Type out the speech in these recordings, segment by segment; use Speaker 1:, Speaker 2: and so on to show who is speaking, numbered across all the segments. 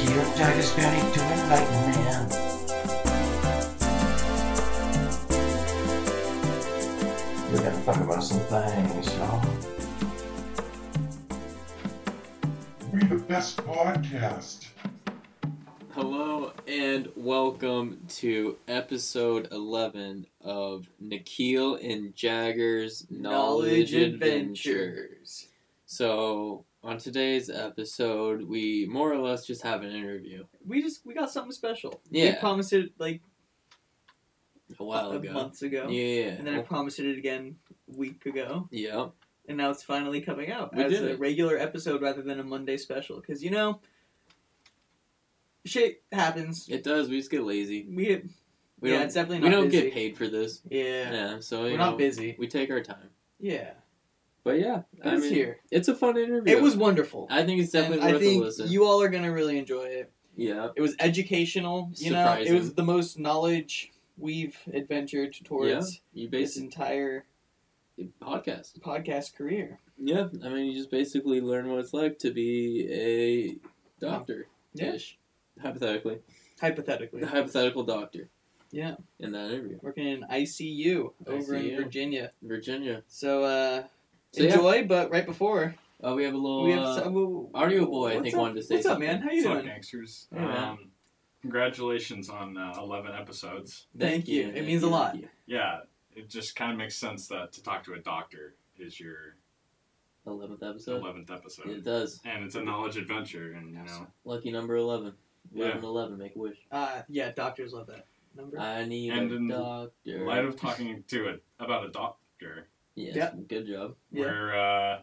Speaker 1: is going to enlighten man. We gotta talk about some things, y'all.
Speaker 2: We the best podcast.
Speaker 3: Hello and welcome to episode 11 of Nikhil and Jagger's Knowledge Adventure. So, on today's episode, we more or less just have an interview
Speaker 4: We just we got something special.
Speaker 3: Yeah.
Speaker 4: We promised it like
Speaker 3: a while
Speaker 4: a-
Speaker 3: ago.
Speaker 4: months ago.
Speaker 3: Yeah.
Speaker 4: And then I promised it again a week ago.
Speaker 3: yeah.
Speaker 4: And now it's finally coming out
Speaker 3: We
Speaker 4: as
Speaker 3: did
Speaker 4: a
Speaker 3: it.
Speaker 4: regular episode rather than a Monday special. Because you know shit happens.
Speaker 3: It does. We just get lazy.
Speaker 4: We
Speaker 3: We
Speaker 4: Yeah,
Speaker 3: don't,
Speaker 4: it's definitely
Speaker 3: We
Speaker 4: not
Speaker 3: don't
Speaker 4: busy.
Speaker 3: get paid for this.
Speaker 4: Yeah.
Speaker 3: Yeah. so, you
Speaker 4: We're
Speaker 3: know,
Speaker 4: not busy.
Speaker 3: we take our time.
Speaker 4: Yeah.
Speaker 3: But yeah,
Speaker 4: But it's here.
Speaker 3: It's a fun interview.
Speaker 4: It was wonderful.
Speaker 3: I think it's
Speaker 4: And
Speaker 3: definitely
Speaker 4: I
Speaker 3: worth
Speaker 4: think
Speaker 3: a listen.
Speaker 4: you all are gonna really enjoy it.
Speaker 3: yeah.
Speaker 4: It was educational, you know.
Speaker 3: Surprising.
Speaker 4: It was the most knowledge we've adventured towards
Speaker 3: You
Speaker 4: this
Speaker 3: basically
Speaker 4: entire
Speaker 3: podcast.
Speaker 4: podcast career.
Speaker 3: Yeah, I mean, you just basically learn what it's like to be a doctor ish, hypothetically,
Speaker 4: Hypothetically.
Speaker 3: the hypothetical doctor.
Speaker 4: Yeah.
Speaker 3: In that interview,
Speaker 4: working in ICU over in
Speaker 3: ICU.
Speaker 4: Virginia.
Speaker 3: Virginia.
Speaker 4: So uh,
Speaker 3: So, yeah.
Speaker 4: enjoy, but right before
Speaker 3: Oh, we have a little.
Speaker 4: we have
Speaker 3: uh,
Speaker 4: so- w-
Speaker 3: Audio Boy, I
Speaker 4: what's
Speaker 3: think,
Speaker 4: up?
Speaker 3: wanted to say
Speaker 4: What's up,
Speaker 3: something.
Speaker 4: man? How you
Speaker 5: What's up,
Speaker 4: doing?
Speaker 5: gangsters?
Speaker 3: Hey, man.
Speaker 5: um, congratulations on uh, 11 episodes.
Speaker 4: Thank you. It means a lot.
Speaker 3: thank you.
Speaker 5: Yeah, it just kind of makes sense that to talk to a doctor is your
Speaker 3: Eleventh episode.
Speaker 5: 11th episode.
Speaker 3: It does.
Speaker 5: And it's a knowledge adventure, and you know,
Speaker 3: Lucky number eleven.
Speaker 5: Yeah.
Speaker 3: Eleven, eleven. Make a wish.
Speaker 4: Uh, yeah, doctors love that number.
Speaker 3: I need
Speaker 5: And
Speaker 3: a
Speaker 5: in
Speaker 3: doctor.
Speaker 5: in light of talking to a, about a doctor,
Speaker 3: Yes.
Speaker 4: Yeah.
Speaker 3: Good job.
Speaker 4: Yeah.
Speaker 5: where uh,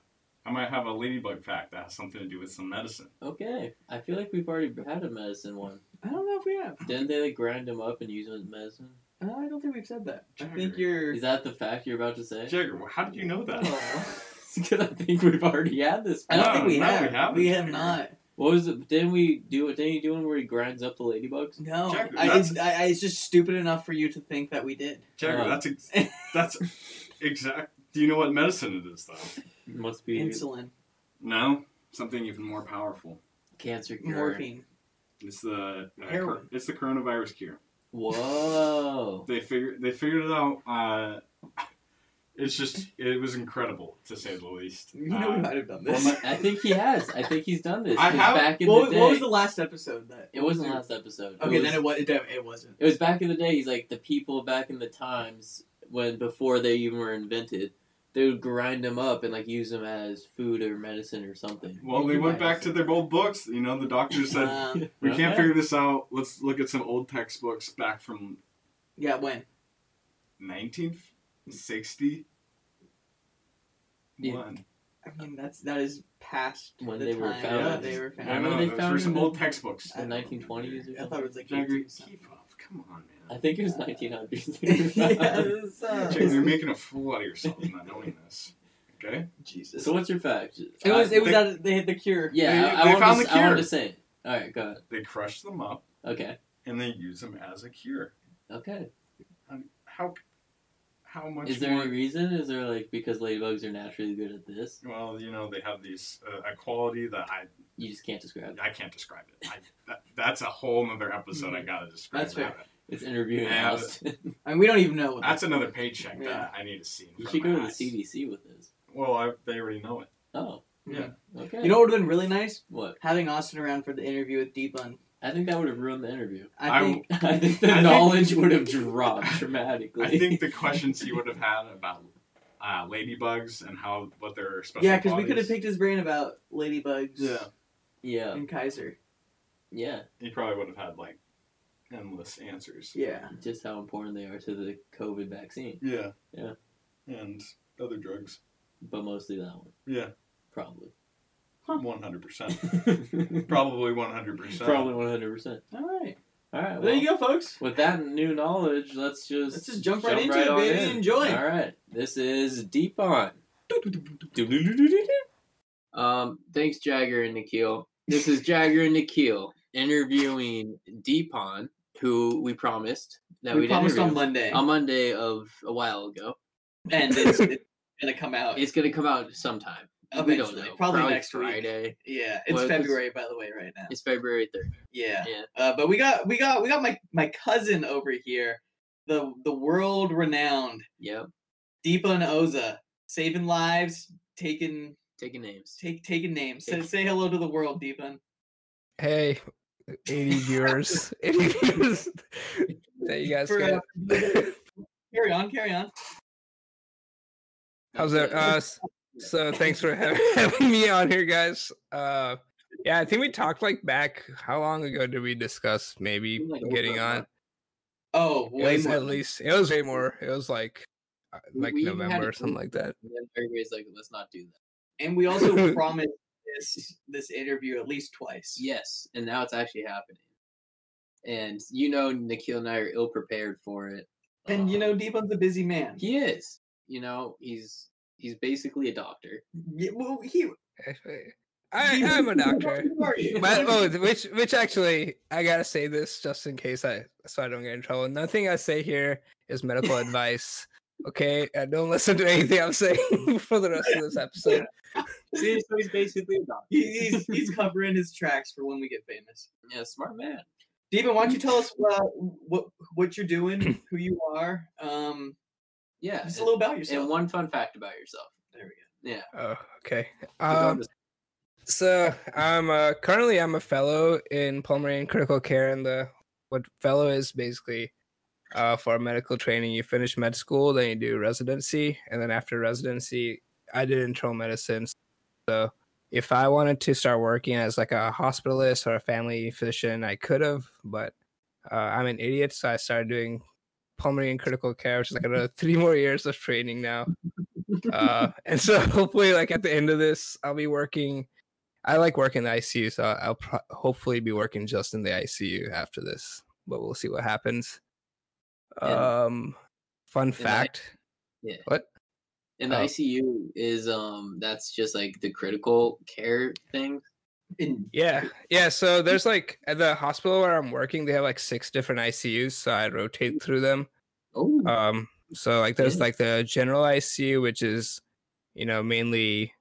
Speaker 5: I might have a ladybug fact that has something to do with some medicine.
Speaker 3: Okay. I feel like we've already had a medicine one.
Speaker 4: I don't know if we have.
Speaker 3: Didn't they like grind him up and use him as medicine?
Speaker 4: Uh, I don't think we've said that. I
Speaker 5: Jagger.
Speaker 4: think you're.
Speaker 3: Is that the fact you're about to say?
Speaker 5: Jagger, wh- how did you know that?
Speaker 4: Oh.
Speaker 3: Because I think we've already had this.
Speaker 4: I don't
Speaker 5: No,
Speaker 4: think we
Speaker 5: no,
Speaker 4: have.
Speaker 5: we haven't,
Speaker 4: We have
Speaker 5: Jagger.
Speaker 4: not.
Speaker 3: What was it? Didn't we do it? Didn't you do one where he grinds up the ladybugs?
Speaker 4: No,
Speaker 5: Jagger,
Speaker 4: I,
Speaker 5: that's-
Speaker 4: it's, I, I- it's just stupid enough for you to think that we did.
Speaker 5: Jagger,
Speaker 3: Uh.
Speaker 5: that's ex- that's exact. Do you know what medicine it is, though?
Speaker 3: must be
Speaker 4: Insulin,
Speaker 5: No, something even more powerful.
Speaker 3: cancer cure.
Speaker 4: morphine.
Speaker 5: It's the uh,
Speaker 4: Heroin.
Speaker 5: cor- it's the coronavirus cure.
Speaker 3: Whoa!
Speaker 5: they figured they figured it out. Uh, it's just it was incredible to say the least.
Speaker 4: You know
Speaker 5: Uh,
Speaker 4: we might have done
Speaker 5: well,
Speaker 4: this.
Speaker 5: my-
Speaker 3: I think he has. I think he's done this.
Speaker 5: I
Speaker 3: 'Cause
Speaker 5: have-
Speaker 3: Back in
Speaker 4: what,
Speaker 3: the day,
Speaker 4: what was the last episode that?
Speaker 3: it wasn't last episode.
Speaker 4: Okay,
Speaker 3: it was,
Speaker 4: then it was. It, it wasn't.
Speaker 3: it was back in the day. He's like the people back in the times when before they even were invented, they would grind them up and like use them as food or medicine or something.
Speaker 5: well, they
Speaker 4: You
Speaker 5: went
Speaker 4: might
Speaker 5: back to their old books. You know, the doctor said
Speaker 4: Um,
Speaker 5: we can't
Speaker 3: Okay.
Speaker 5: figure this out. Let's look at some old textbooks back from
Speaker 4: Yeah, when?
Speaker 5: 1960.
Speaker 3: Yeah.
Speaker 5: One.
Speaker 4: I mean, that's that is past
Speaker 3: When
Speaker 4: the
Speaker 3: they
Speaker 4: time
Speaker 3: were
Speaker 5: founded.
Speaker 4: that they were
Speaker 5: I
Speaker 3: Yeah,
Speaker 4: founded.
Speaker 5: don't
Speaker 3: Remember
Speaker 5: know.
Speaker 3: they
Speaker 5: Those were
Speaker 3: found
Speaker 5: some
Speaker 3: it
Speaker 5: old
Speaker 3: in-
Speaker 5: textbooks.
Speaker 3: The 1920s. Or
Speaker 4: I thought it was like
Speaker 5: Jagger,
Speaker 4: 18 something.
Speaker 5: keep up. Come on,
Speaker 3: I
Speaker 5: man.
Speaker 3: think it was 1900s.
Speaker 4: yeah, it was, uh,
Speaker 5: Jagger, you're making a fool out of yourself not knowing this. Okay.
Speaker 4: Jesus.
Speaker 3: So what's your fact?
Speaker 4: It was. It was
Speaker 5: They-
Speaker 4: that they had the cure.
Speaker 3: yeah,
Speaker 5: They-
Speaker 3: I, I
Speaker 5: they
Speaker 3: wanted
Speaker 5: found
Speaker 3: to,
Speaker 5: the
Speaker 3: I wanted
Speaker 5: cure.
Speaker 3: to say it. All right, go ahead.
Speaker 5: They crush them up.
Speaker 3: Okay,
Speaker 5: and they use them as a cure.
Speaker 3: okay.
Speaker 5: How how much
Speaker 3: Is there
Speaker 5: more?
Speaker 3: any reason? Is there like because ladybugs are naturally good at this?
Speaker 5: well, you know, they have these uh, a quality that I
Speaker 3: You just can't describe.
Speaker 5: I can't describe it. I, that, that's a whole nother episode. I gotta describe.
Speaker 4: That's fair.
Speaker 5: that.
Speaker 3: It's interviewing
Speaker 5: Yeah,
Speaker 3: Austin.
Speaker 4: I mean, we don't even know. What
Speaker 5: That's another paycheck
Speaker 4: Yeah.
Speaker 5: that I need to see. in
Speaker 3: you
Speaker 5: front
Speaker 3: should
Speaker 5: of
Speaker 3: go
Speaker 5: my
Speaker 3: to the
Speaker 5: eyes.
Speaker 3: CDC with this.
Speaker 5: Well, I, they already know it.
Speaker 3: Oh,
Speaker 5: Yeah.
Speaker 3: Okay.
Speaker 4: You know what would have been really nice?
Speaker 3: what?
Speaker 4: Having Austin around for the interview with Deepun.
Speaker 3: I think that would have ruined the interview.
Speaker 4: I
Speaker 5: I
Speaker 4: think.
Speaker 3: I think the
Speaker 5: I think-
Speaker 3: knowledge would have dropped dramatically.
Speaker 5: I think the questions he would have had about uh, ladybugs and how what their special
Speaker 4: yeah, because we could have
Speaker 5: qualities-
Speaker 4: picked his brain about ladybugs.
Speaker 5: Yeah.
Speaker 3: Yeah.
Speaker 4: And Kaiser.
Speaker 3: Yeah.
Speaker 5: He probably would have had like endless answers.
Speaker 4: Yeah.
Speaker 3: Just how important they are to the COVID vaccine,
Speaker 5: Yeah.
Speaker 3: Yeah.
Speaker 5: And other drugs.
Speaker 3: but mostly that one,
Speaker 5: Yeah.
Speaker 3: probably.
Speaker 5: One hundred percent. Probably one hundred percent.
Speaker 3: probably one hundred percent.
Speaker 4: All right.
Speaker 3: All right.
Speaker 4: there
Speaker 3: well,
Speaker 4: you go, folks.
Speaker 3: With that new knowledge, let's just
Speaker 4: Let's just jump right into it,
Speaker 3: on
Speaker 4: baby.
Speaker 3: in.
Speaker 4: Enjoy.
Speaker 3: All right, this is Deep On. Um, thanks, Jagger and Nikhil. This is Jagger and Nikhil interviewing Deep On, who we promised that
Speaker 4: we
Speaker 3: would
Speaker 4: promised on
Speaker 3: interview
Speaker 4: Monday,
Speaker 3: on Monday of a while ago.
Speaker 4: and it's, it's gonna come out.
Speaker 3: It's gonna come out sometime. we
Speaker 4: eventually,
Speaker 3: don't know.
Speaker 4: probably, next week.
Speaker 3: Friday.
Speaker 4: Yeah, it's
Speaker 3: Well, 'cause-
Speaker 4: February by the way, right now.
Speaker 3: It's February third.
Speaker 4: Yeah.
Speaker 3: Yeah.
Speaker 4: Uh, but we got we got we got my my cousin over here, the the world renowned
Speaker 3: Yep.
Speaker 4: Deepa and Oza, saving lives, taking
Speaker 3: Taking names.
Speaker 4: take taking names. Say, say hello to the world, Deepan.
Speaker 6: Hey, 80 viewers. 80 viewers. that you guys
Speaker 4: For, uh,
Speaker 6: get.
Speaker 4: Carry on, carry on.
Speaker 6: How's that?
Speaker 3: Okay.
Speaker 6: Uh, s- so thanks for having, having me on here, guys. Uh, yeah, I think we talked like back. How long ago did we discuss maybe
Speaker 3: Like over
Speaker 6: getting
Speaker 3: a
Speaker 6: on?
Speaker 3: month.
Speaker 4: Oh,
Speaker 6: It
Speaker 4: way
Speaker 6: was
Speaker 4: more.
Speaker 6: at least it was way more. It was like uh,
Speaker 3: We-
Speaker 6: like
Speaker 3: we even had
Speaker 6: November
Speaker 3: a
Speaker 6: or something like that.
Speaker 3: And then everybody's like, let's not do that.
Speaker 4: And we also promised this this interview at least twice.
Speaker 3: Yes, and now it's actually happening. And you know, Nikhil and I are ill prepared for it.
Speaker 4: And you
Speaker 3: Um,
Speaker 4: know, Deepan's a busy man.
Speaker 3: he is. You know, he's he's basically a doctor.
Speaker 4: Yeah, well, he.
Speaker 6: I,
Speaker 4: Deepan,
Speaker 6: I'm a
Speaker 4: who the fuck
Speaker 6: doctor.
Speaker 4: are you?
Speaker 6: But, oh, which which actually I gotta say this just in case I so I don't get in trouble. Nothing I say here is medical advice. Okay, and don't listen to anything I'm saying for the rest of this episode.
Speaker 3: See, so he's basically a doctor.
Speaker 4: He- he's he's covering his tracks for when we get famous.
Speaker 3: Yeah, smart man.
Speaker 4: Deepan,
Speaker 6: Mm.
Speaker 4: why don't you tell us uh, what what you're doing, who you are, um,
Speaker 3: Yeah.
Speaker 4: just a
Speaker 3: and-
Speaker 4: little about
Speaker 3: and
Speaker 4: yourself.
Speaker 3: one fun fact about yourself.
Speaker 4: There we go.
Speaker 6: Oh, okay.
Speaker 3: So don't
Speaker 6: Um,
Speaker 3: just-
Speaker 6: So I'm uh, currently I'm a fellow in pulmonary and critical care, and the what fellow is basically uh, for medical training. You finish med school, then you do residency, and then after residency, I did internal medicine. So if I wanted to start working as like a hospitalist or a family physician, I could have, but uh, I'm an idiot, so I started doing pulmonary and critical care, which is like another three more years of training now. Uh, and so hopefully, like at the end of this, I'll be working. I like working in the ICU, so I'll I'll pro- hopefully be working just in the ICU after this. But we'll see what happens.
Speaker 3: And-
Speaker 6: Um, fun
Speaker 3: I-
Speaker 6: fact.
Speaker 3: Yeah.
Speaker 6: What?
Speaker 3: and the
Speaker 6: oh.
Speaker 3: ICU is um that's just like the critical care thing.
Speaker 4: In,
Speaker 6: Yeah, yeah. So there's like at the hospital where I'm working, they have like six different ICUs, so I rotate through them.
Speaker 3: Oh,
Speaker 6: Um, so like there's
Speaker 3: Mm. Yeah.
Speaker 6: like the general ICU, which is, you know, mainly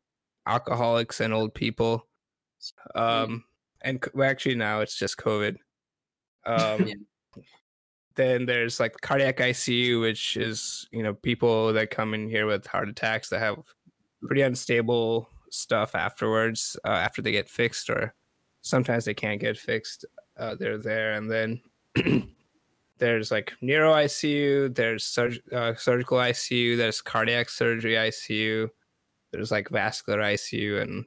Speaker 6: alcoholics and old people. Um, and c- well, actually now it's just COVID. Um,
Speaker 3: Yeah.
Speaker 6: then there's like cardiac ICU, which is you know people that come in here with heart attacks that have pretty unstable stuff afterwards uh, after they get fixed or sometimes they can't get fixed. Uh, they're there and then there's like neuro ICU, there's surg- uh, surgical ICU, there's cardiac surgery ICU, there's like vascular ICU and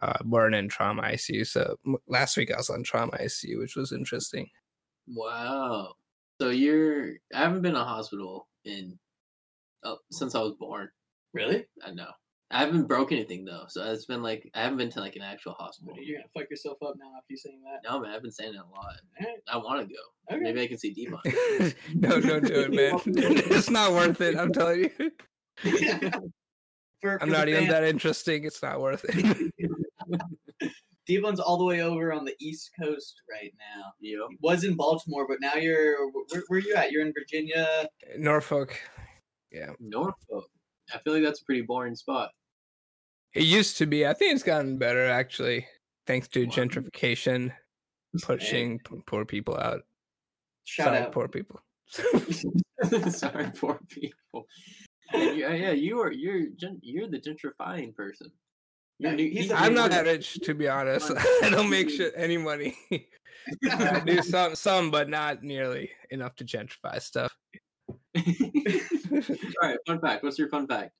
Speaker 6: uh, burn and trauma ICU. So m- last week I was on trauma ICU, which was interesting.
Speaker 3: wow. So you're I haven't been in a hospital in oh, since I was born.
Speaker 4: really?
Speaker 3: I know. I haven't broke anything though, so it's been like I haven't been to like an actual hospital.
Speaker 4: You're gonna fuck yourself up now after you saying that.
Speaker 3: No man, I've been saying it a lot.
Speaker 4: Alright,
Speaker 3: I want to go.
Speaker 4: okay.
Speaker 3: Maybe I can see Devon.
Speaker 6: no, don't do it, man. it's not worth it. I'm telling you.
Speaker 4: For,
Speaker 6: I'm
Speaker 4: for the
Speaker 6: not even
Speaker 4: fans,
Speaker 6: that interesting. It's not worth it.
Speaker 4: Devon's all the way over on the East Coast right now.
Speaker 3: you know?
Speaker 4: He was in Baltimore, but now you're wh- where, where you at? You're in Virginia.
Speaker 6: Norfolk.
Speaker 3: Norfolk. I feel like that's a pretty boring spot.
Speaker 6: It used to be. I think it's gotten better actually, thanks to
Speaker 3: Wow.
Speaker 6: gentrification, pushing p- poor people out.
Speaker 4: Shout
Speaker 6: Sorry,
Speaker 4: out.
Speaker 6: poor people.
Speaker 3: Sorry, poor people. And you, uh, yeah, you are you're gen- you're the gentrifying person. You're
Speaker 4: Yeah,
Speaker 3: new-
Speaker 4: he's
Speaker 3: he's
Speaker 4: the
Speaker 3: new
Speaker 6: I'm
Speaker 3: one.
Speaker 6: not that rich, to be honest.
Speaker 3: on
Speaker 6: I don't make
Speaker 3: TV.
Speaker 6: shit any money. I do some, some, but not nearly enough to gentrify stuff.
Speaker 3: All right, fun fact. What's your fun fact?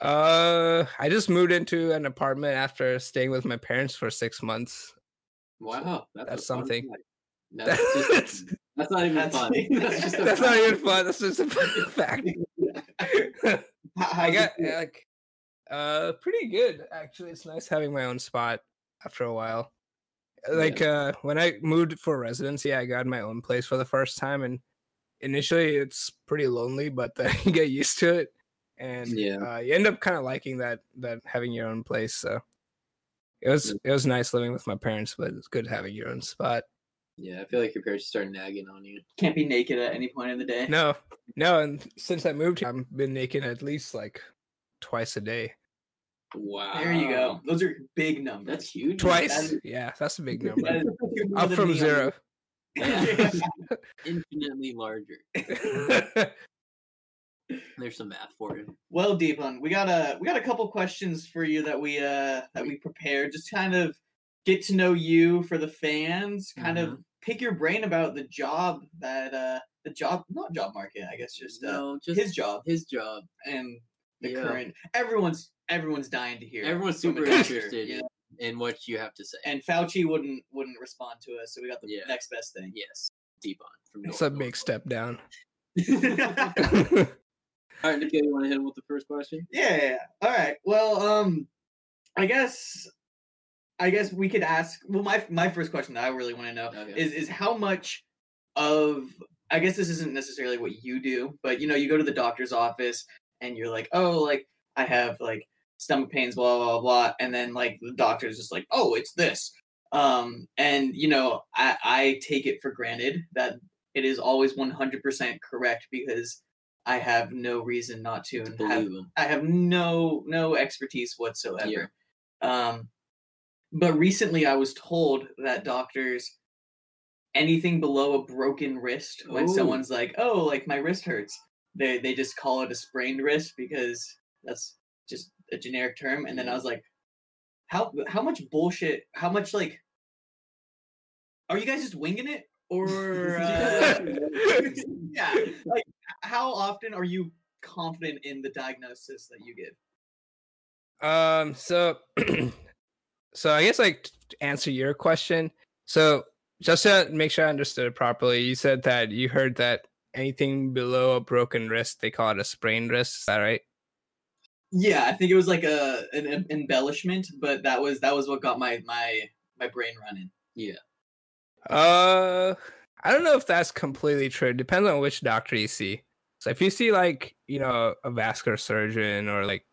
Speaker 6: Uh, I just moved into an apartment after staying with my parents for six months.
Speaker 3: Wow, that's, a
Speaker 6: That's
Speaker 3: fun
Speaker 6: something.
Speaker 3: fact. No, That's,
Speaker 6: That's,
Speaker 3: just, that's not even
Speaker 4: That's-
Speaker 3: fun. That's just a
Speaker 6: that's not
Speaker 3: fact.
Speaker 6: even fun. That's just a fact.
Speaker 4: How- how's
Speaker 6: I
Speaker 4: it
Speaker 6: got
Speaker 4: feel?
Speaker 6: like, uh, pretty good actually. It's nice having my own spot after a while. Like, uh, when I moved for residency, I got my own place for the first time, and initially it's pretty lonely, but then you get used to it, and
Speaker 3: Yeah.
Speaker 6: uh, you end up kind of liking that that having your own place. So it was it was nice living with my parents, but it's good having your own spot.
Speaker 3: Yeah, I feel like your parents start nagging on you.
Speaker 4: Can't be naked at any point in the day.
Speaker 6: No, no, and since I moved here, I've been naked at least like twice a day.
Speaker 3: Wow.
Speaker 4: There you
Speaker 6: Um,
Speaker 4: go. Those are big numbers.
Speaker 3: That's huge.
Speaker 6: Twice. Yeah, that's a big
Speaker 4: That
Speaker 6: number.
Speaker 4: is two more
Speaker 6: Up
Speaker 4: than
Speaker 6: from
Speaker 4: me.
Speaker 6: zero.
Speaker 3: That's infinitely larger. There's some math for it.
Speaker 4: Well, Deepan, we got a we got a couple questions for you that we uh that we prepared. Just kind of get to know you for the fans. Kind
Speaker 3: Mm-hmm.
Speaker 4: of pick your brain about the job that uh the job not job market. I guess just uh,
Speaker 3: no, just
Speaker 4: his job
Speaker 3: his job.
Speaker 4: and the
Speaker 3: Yeah.
Speaker 4: current everyone's everyone's dying to hear.
Speaker 3: Everyone's
Speaker 4: from
Speaker 3: super
Speaker 4: the doctor,
Speaker 3: interested
Speaker 4: you know?
Speaker 3: in what you have to say.
Speaker 4: And Fauci wouldn't wouldn't respond to us, so we got the
Speaker 3: Yeah.
Speaker 4: next best thing.
Speaker 3: yes, Devon from
Speaker 6: it's a
Speaker 3: North
Speaker 6: big
Speaker 3: Norfolk.
Speaker 6: step down.
Speaker 4: yeah,
Speaker 3: All right, Nikhil, you want to hit him with the first question?
Speaker 4: yeah, yeah. All right. Well, um, I guess, I guess we could ask. Well, my my first question that I really want to know
Speaker 3: Okay.
Speaker 4: is is how much of I guess this isn't necessarily what you do, but you know, you go to the doctor's office and you're like, oh, like I have like stomach pains, blah blah blah, and then like the doctor's just like, oh, it's this. Um, and you know, I I take it for granted that it is always 100% correct because I have no reason not to and have
Speaker 3: Believe him.
Speaker 4: I have no no expertise whatsoever. Um, but recently, I was told that doctors anything below a broken wrist when
Speaker 3: Ooh.
Speaker 4: someone's like, "Oh, like my wrist hurts," they they just call it a sprained wrist because that's just a generic term. And then I was like, "How how much bullshit? How much like are you guys just winging it?" Or uh, yeah, like how often are you confident in the diagnosis that you give?
Speaker 6: Um. So, so I guess like to answer your question. So just to make sure I understood it properly, you said that you heard that anything below a broken wrist, they call it a sprained wrist. Is that right?
Speaker 4: Yeah, I think it was like a an em- embellishment, but that was that was what got my my my brain running.
Speaker 6: Uh, I don't know if that's completely true. It depends on which doctor you see. So if you see like you know a vascular surgeon or like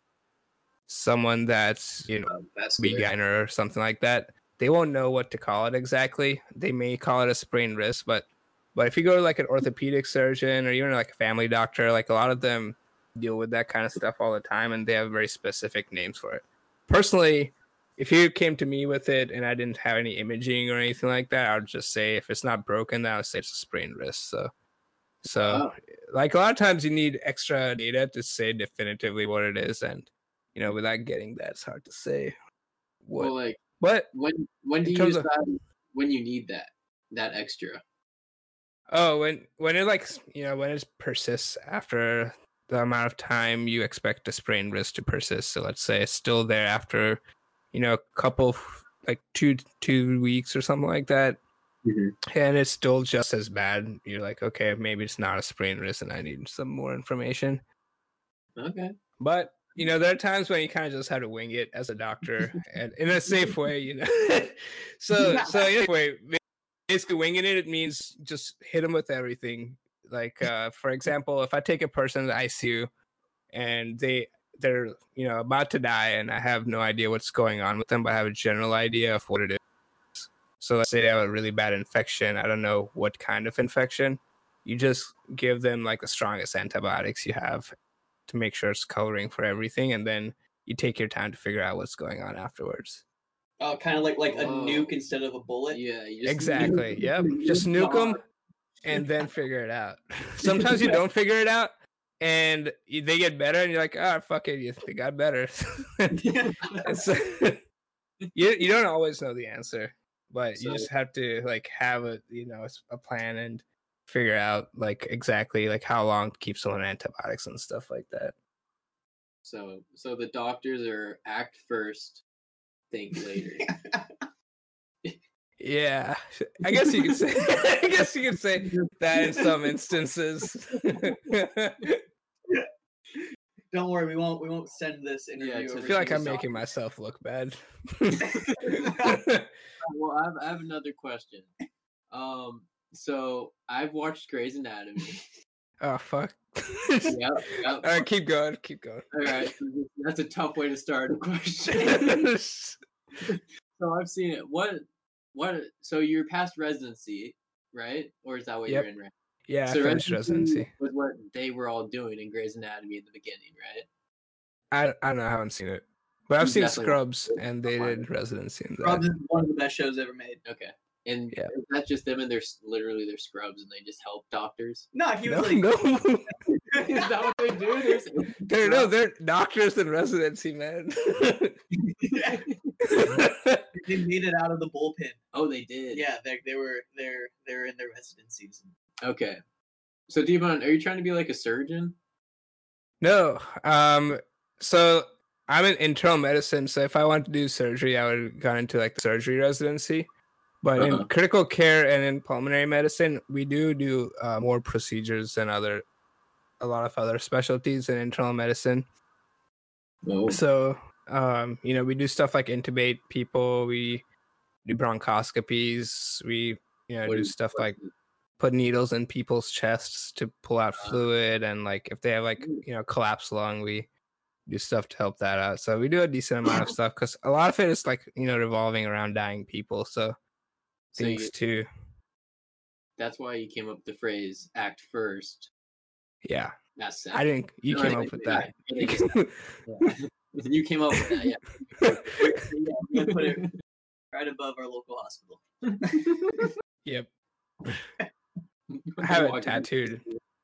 Speaker 6: someone that's you know
Speaker 4: Oh,
Speaker 3: That's
Speaker 6: beginner or something like that, they won't know what to call it exactly. They may call it a sprained wrist, but but if you go to like an orthopedic surgeon or even like a family doctor, like a lot of them deal with that kind of stuff all the time, and they have very specific names for it. Personally, if you came to me with it and I didn't have any imaging or anything like that, I would just say if it's not broken, then I would say it's a sprained wrist. So, so
Speaker 3: Wow.
Speaker 6: like a lot of times you need extra data to say definitively what it is, and you know without getting that, it's hard to say what.
Speaker 3: Well, like
Speaker 6: but
Speaker 3: when when
Speaker 6: It
Speaker 3: do you
Speaker 6: comes up-
Speaker 3: decide when you need that that extra?
Speaker 6: oh, when when it like s- you know when it persists after the amount of time you expect a sprained wrist to persist. So let's say it's still there after you know a couple f- like two two weeks or something like that. and it's still just as bad. You're like, okay, maybe it's not a sprain wrist, and I need some more information.
Speaker 3: Okay.
Speaker 6: But you know, there are times when you kind of just have to wing it as a doctor, and in a safe way, you know. so, so anyway, ba- basically, winging it it means just hit them with everything. Like, uh, for example, if I take a person to the ICU and they they're you know about to die, and I have no idea what's going on with them, but I have a general idea of what it is. So let's say they have a really bad infection. I don't know what kind of infection. You just give them like the strongest antibiotics you have to make sure it's coloring for everything, and then you take your time to figure out what's going on afterwards.
Speaker 4: Oh, kind of like like a
Speaker 3: Whoa.
Speaker 4: nuke instead of a bullet.
Speaker 3: Yeah. You just
Speaker 6: Exactly. Yep. Just nuke them and then figure it out. Sometimes you don't figure it out, and you- they get better, and you're like, "Ah, fuck it, you they got better." It's- you you don't always know the answer, but you
Speaker 3: So-
Speaker 6: just have to like have a you know s- a plan and figure out like exactly like how long to keep someone on antibiotics and stuff like that.
Speaker 3: So so the doctors are act first, think later.
Speaker 6: Yeah, I guess you could say. I guess you could say that in some instances.
Speaker 4: Don't worry, we won't we won't send this interview.
Speaker 3: it's- I
Speaker 6: I
Speaker 4: over
Speaker 6: feel like
Speaker 4: to
Speaker 6: I'm
Speaker 4: the
Speaker 6: making myself look bad.
Speaker 3: well, I have, I have another question. Um, so I've watched Grey's Anatomy.
Speaker 6: oh fuck!
Speaker 3: yep,
Speaker 6: All
Speaker 3: yep.
Speaker 6: right, keep going. Keep
Speaker 3: All right, that's a tough way to start a question.
Speaker 6: going.
Speaker 3: so I've seen it. What, what? So you're past residency, right? Or is that what
Speaker 6: Yep.
Speaker 3: you're in right?
Speaker 6: yeah, I
Speaker 3: so
Speaker 6: finished residency.
Speaker 3: was what they were all doing in Grey's Anatomy in the beginning, right?
Speaker 6: I I don't know. I haven't seen it, But I've
Speaker 3: You
Speaker 6: seen
Speaker 3: definitely-
Speaker 6: Scrubs, and they did residency in that.
Speaker 4: Probably one of the best shows ever made.
Speaker 3: Okay. And
Speaker 6: Yeah.
Speaker 3: is that just them and they're s- literally their scrubs and they just help doctors?
Speaker 4: No, he was
Speaker 6: No,
Speaker 4: like,
Speaker 6: no,
Speaker 3: is that what they do? They're s-
Speaker 6: they're no, they're doctors in residency, man.
Speaker 4: they made it out of the bullpen.
Speaker 3: oh, they did.
Speaker 4: Yeah, they they were they're they're in their residencies.
Speaker 3: Okay. So, Devon, are you trying to be like a surgeon?
Speaker 6: no, um, so I'm in internal medicine, so if I wanted to do surgery, I would have gone into like the surgery residency. But
Speaker 3: Uh-huh.
Speaker 6: in critical care and in pulmonary medicine, we do do uh, more procedures than other, a lot of other specialties in internal medicine.
Speaker 3: No.
Speaker 6: So, um, you know, we do stuff like intubate people, we do bronchoscopies, we you know
Speaker 3: What
Speaker 6: do
Speaker 3: is-
Speaker 6: stuff like put needles in people's chests to pull out fluid, and like if they have like
Speaker 3: Ooh.
Speaker 6: you know collapsed lung, we do stuff to help that out. So we do a decent amount of stuff because a lot of it is like you know revolving around dying people. So
Speaker 3: So you-
Speaker 6: things too,
Speaker 3: that's why you came up with the phrase act first.
Speaker 6: yeah.
Speaker 3: That's sad.
Speaker 6: I didn't. You
Speaker 3: No, I
Speaker 6: came up
Speaker 3: think-
Speaker 6: with
Speaker 3: yeah,
Speaker 6: that.
Speaker 3: I think it's- you came up with that, yeah.
Speaker 4: I'm gonna put it right above our local hospital.
Speaker 6: yep, I have it
Speaker 3: Walking-
Speaker 6: tattooed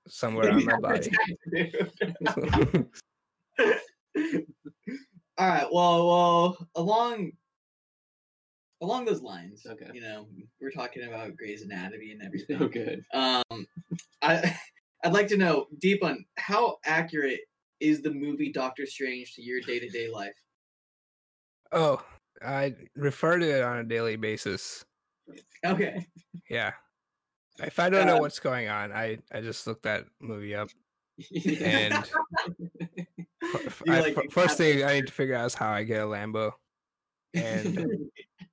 Speaker 6: somewhere on my body.
Speaker 4: All right. Well, well, along along those lines.
Speaker 3: Okay.
Speaker 4: You know, we're talking about Grey's Anatomy and everything.
Speaker 3: So good.
Speaker 4: Um, I I'd like to know, Deepan, how accurate is the movie Doctor Strange to your day to day life?
Speaker 6: Oh, I refer to it on a daily basis.
Speaker 4: Okay.
Speaker 6: Yeah. If I don't know
Speaker 4: Uh,
Speaker 6: what's going on, I I just look that movie up,
Speaker 3: Yeah.
Speaker 6: and f- f-
Speaker 4: You,
Speaker 6: I-
Speaker 4: like,
Speaker 6: fir-
Speaker 4: you
Speaker 6: first
Speaker 4: have-
Speaker 6: thing I need to figure out is how I get a Lambo. And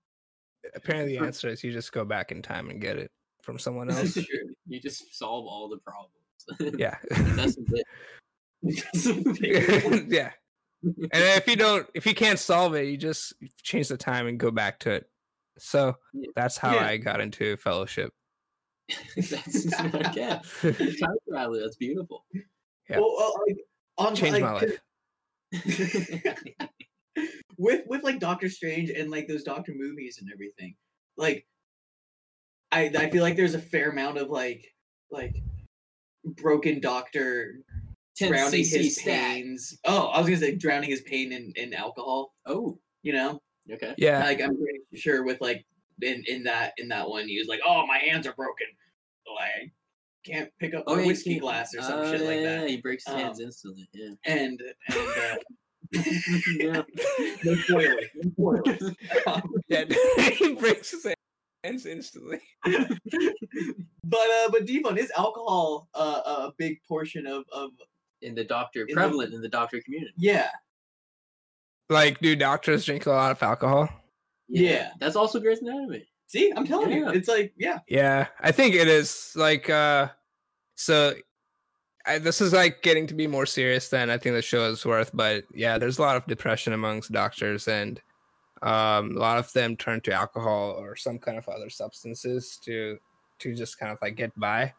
Speaker 6: apparently, the answer is you just go back in time and get it from someone else.
Speaker 3: Sure, you just solve all the problems.
Speaker 6: Yeah,
Speaker 3: That's it.
Speaker 6: yeah. And then if you don't, if you can't solve it, you just change the time and go back to it. So
Speaker 3: Yeah.
Speaker 6: that's how
Speaker 4: Yeah.
Speaker 6: I got into fellowship.
Speaker 3: That's smart. Yeah. Time travel. That's beautiful.
Speaker 6: Yeah.
Speaker 4: Well, well, like, on
Speaker 6: Changed
Speaker 4: like,
Speaker 6: my life.
Speaker 4: with with like Doctor Strange and like those Doctor movies and everything. Like, I I feel like there's a fair amount of like like broken Doctor drowning his pains. Oh, I was gonna say drowning his pain in in alcohol.
Speaker 3: Oh,
Speaker 4: You know.
Speaker 3: okay.
Speaker 6: Yeah.
Speaker 4: like I'm pretty sure with like in, in that in that one he was like, Oh my hands are broken. Like can't pick up
Speaker 3: yeah,
Speaker 4: a
Speaker 3: you
Speaker 4: whiskey
Speaker 3: can't-
Speaker 4: glass or some
Speaker 3: Oh,
Speaker 4: shit like
Speaker 3: yeah,
Speaker 4: that.
Speaker 3: He breaks his hands
Speaker 4: Um,
Speaker 3: instantly. Yeah.
Speaker 4: And and
Speaker 3: yeah.
Speaker 4: uh, no spoilers. No spoilers.
Speaker 6: Yeah, he breaks his hands instantly.
Speaker 4: but uh but Devon, is alcohol uh, a big portion of of
Speaker 3: In the doctor,
Speaker 4: the-
Speaker 3: prevalent in the doctor community.
Speaker 4: yeah.
Speaker 6: Like, do doctors drink a lot of alcohol?
Speaker 4: Yeah.
Speaker 3: That's also Grey's Anatomy.
Speaker 4: See, I'm telling you,
Speaker 3: Yeah.
Speaker 4: it's like yeah.
Speaker 6: Yeah, I think it is. Like, uh, so I, this is like getting to be more serious than I think the show is worth. But yeah, there's a lot of depression amongst doctors, and um, a lot of them turn to alcohol or some kind of other substances to to just kind of like get by.